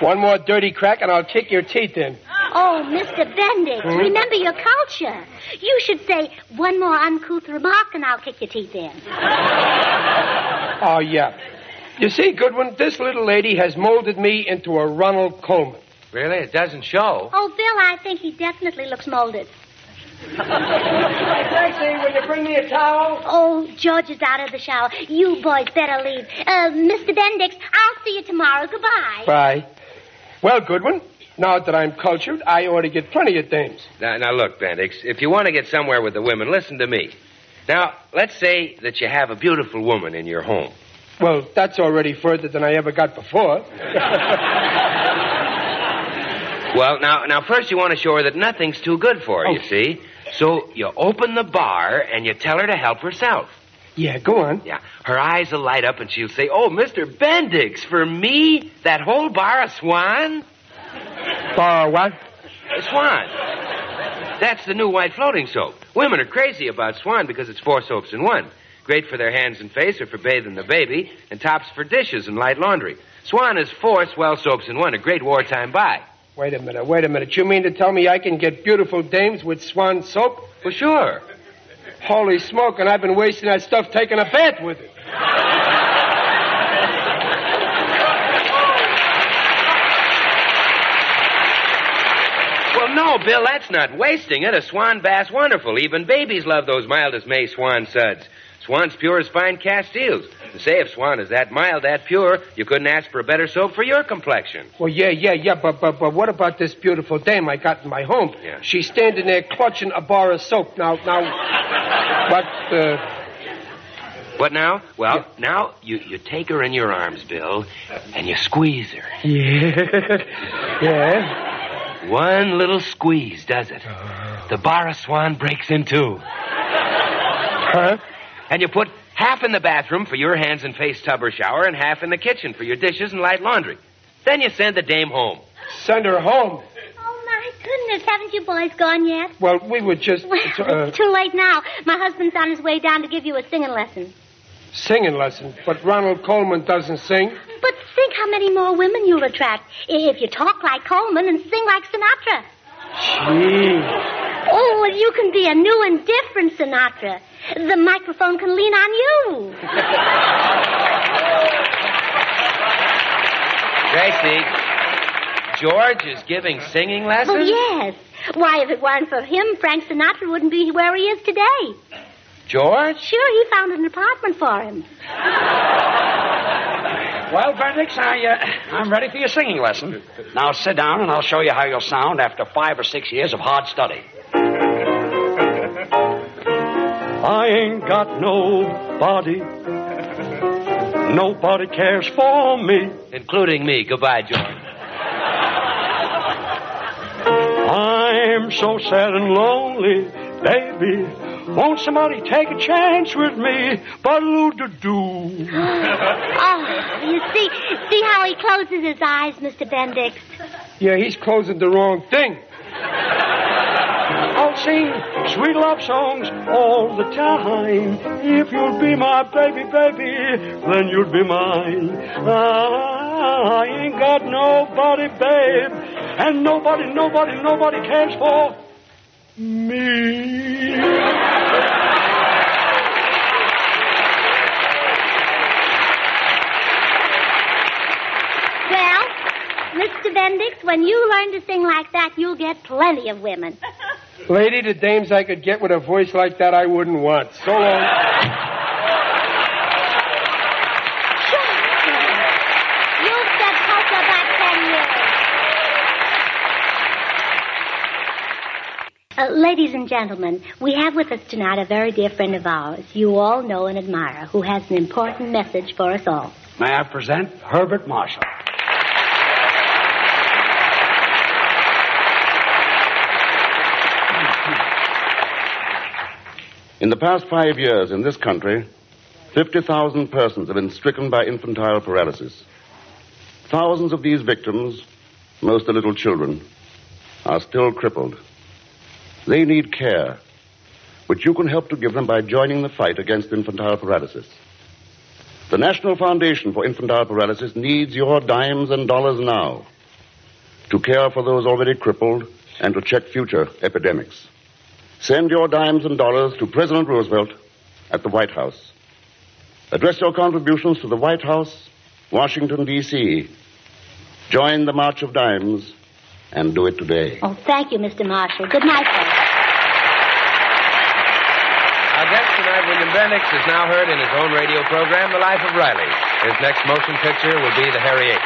[SPEAKER 18] One more dirty crack, and I'll kick your teeth in.
[SPEAKER 12] Oh, Mr. Bendix,
[SPEAKER 18] Hmm?
[SPEAKER 12] remember your culture. You should say one more uncouth remark and I'll kick your teeth in.
[SPEAKER 18] Oh, yeah. You see, Goodwin, this little lady has molded me into a Ronald Coleman.
[SPEAKER 13] really? It doesn't show.
[SPEAKER 12] Oh, Bill, I think he definitely looks molded.
[SPEAKER 21] Gracie,
[SPEAKER 12] will you bring me a towel? Oh, George is out of the shower. You boys better leave. Uh, Mr. Bendix, I'll see you tomorrow. Goodbye.
[SPEAKER 18] Bye. Well, Goodwin, now that I'm cultured, I ought to get plenty of dames.
[SPEAKER 13] Now, now look, Bendix, if you want to get somewhere with the women, listen to me. Now, let's say that you have a beautiful woman in your home.
[SPEAKER 18] Well, that's already further than I ever got before.
[SPEAKER 13] Well, now, now first you want to show her that nothing's too good for her,
[SPEAKER 18] Oh.
[SPEAKER 13] you see? So you open the bar and you tell her to help herself.
[SPEAKER 18] Yeah, go on.
[SPEAKER 13] Yeah. Her eyes will light up and she'll say, Oh, Mr. Bendix, for me, that whole bar of swan?
[SPEAKER 18] Bar what?
[SPEAKER 13] Swan. That's the new white floating soap. Women are crazy about swan because it's four soaps in one. Great for their hands and face or for bathing the baby, and tops for dishes and light laundry. Swan is four swell soaps in one, a great wartime buy.
[SPEAKER 18] Wait a minute, wait a minute. You mean to tell me I can get beautiful dames with swan soap?
[SPEAKER 13] Well, sure.
[SPEAKER 18] Holy smoke, and I've been wasting that stuff taking a bath with it.
[SPEAKER 13] Well, no, No, Bill, that's not wasting it. A swan bass, wonderful. Even babies love those mildest May swan suds. Swan's pure as fine castiles. And say, if swan is that mild, that pure, you couldn't ask for a better soap for your complexion.
[SPEAKER 18] Well, yeah, yeah, yeah, but but but what about this beautiful dame I got in my home?
[SPEAKER 13] Yeah.
[SPEAKER 18] She's standing there clutching a bar of soap. Now, now, what? Uh,
[SPEAKER 13] What now? Well, now you, you take her in your arms, Bill, and you squeeze her.
[SPEAKER 18] yeah, yeah.
[SPEAKER 13] One little squeeze does it. The bar of swan breaks in two. Huh? And you put half in the bathroom for your hands and face tub or shower, and half in the kitchen for your dishes and light laundry. Then you send the dame home.
[SPEAKER 18] Send her home.
[SPEAKER 12] Oh, my goodness. Haven't you boys gone yet?
[SPEAKER 18] Well, we were just uh,
[SPEAKER 12] Too late now. My husband's on his way down to give you a singing lesson.
[SPEAKER 18] singing lesson, but Ronald Coleman doesn't sing.
[SPEAKER 12] But think how many more women you'll attract i- if you talk like Coleman and sing like Sinatra. Oh, well, you can be a new and different Sinatra. The microphone can lean on you.
[SPEAKER 13] Gracie, George is giving singing lessons?
[SPEAKER 12] Oh, yes. Why, if it weren't for him, Frank Sinatra wouldn't be where he is today.
[SPEAKER 13] George?
[SPEAKER 12] Sure, he found an apartment for him.
[SPEAKER 14] Well, Bendix, I, uh, I'm ready for your singing lesson. Now sit down and I'll show you how you'll sound after five or six years of hard study.
[SPEAKER 20] I ain't got nobody. Nobody cares for me.
[SPEAKER 13] Including me. Goodbye, George.
[SPEAKER 20] I'm so sad and lonely, baby. Won't somebody take a chance with me? But to do.
[SPEAKER 12] Oh, you see, see how he closes his eyes, Mr. Bendix.
[SPEAKER 18] Yeah, he's closing the wrong thing.
[SPEAKER 20] I'll sing sweet love songs all the time. If you'll be my baby, baby, then you'll be mine. Ah, I ain't got nobody, babe, and nobody, nobody, nobody cares for me.
[SPEAKER 12] Well, Mr. Bendix, when you learn to sing like that, you'll get plenty of women.
[SPEAKER 18] Lady, the dames I could get with a voice like that, I wouldn't want. So long.
[SPEAKER 12] You'll set Coco back ten years. Uh, ladies and gentlemen, we have with us tonight a very dear friend of ours you all know and admire who has an important message for us all.
[SPEAKER 14] May I present Herbert Marshall?
[SPEAKER 22] In the past five years in this country, 50,000 persons have been stricken by infantile paralysis. Thousands of these victims, most are little children, are still crippled. They need care, which you can help to give them by joining the fight against infantile paralysis. The National Foundation for Infantile Paralysis needs your dimes and dollars now to care for those already crippled and to check future epidemics. Send your dimes and dollars to President Roosevelt at the White House. Address your contributions to the White House, Washington, D.C. Join the March of Dimes and do it today.
[SPEAKER 12] Oh, thank you, Mr. Marshall. Good night, folks.
[SPEAKER 13] Our guest tonight, William Bendix, is now heard in his own radio program, The Life of Riley. His next motion picture will be The Harriet.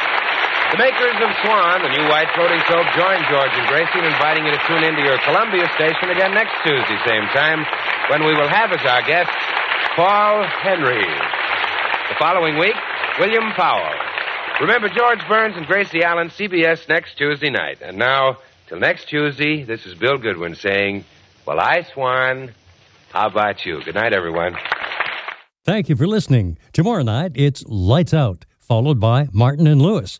[SPEAKER 13] The makers of Swan, the new white floating soap, join George and Gracie in inviting you to tune into your Columbia station again next Tuesday, same time, when we will have as our guest Paul Henry. The following week, William Powell. Remember George Burns and Gracie Allen, CBS next Tuesday night. And now, till next Tuesday, this is Bill Goodwin saying, Well, I swan. How about you? Good night, everyone.
[SPEAKER 2] Thank you for listening. Tomorrow night, it's Lights Out, followed by Martin and Lewis.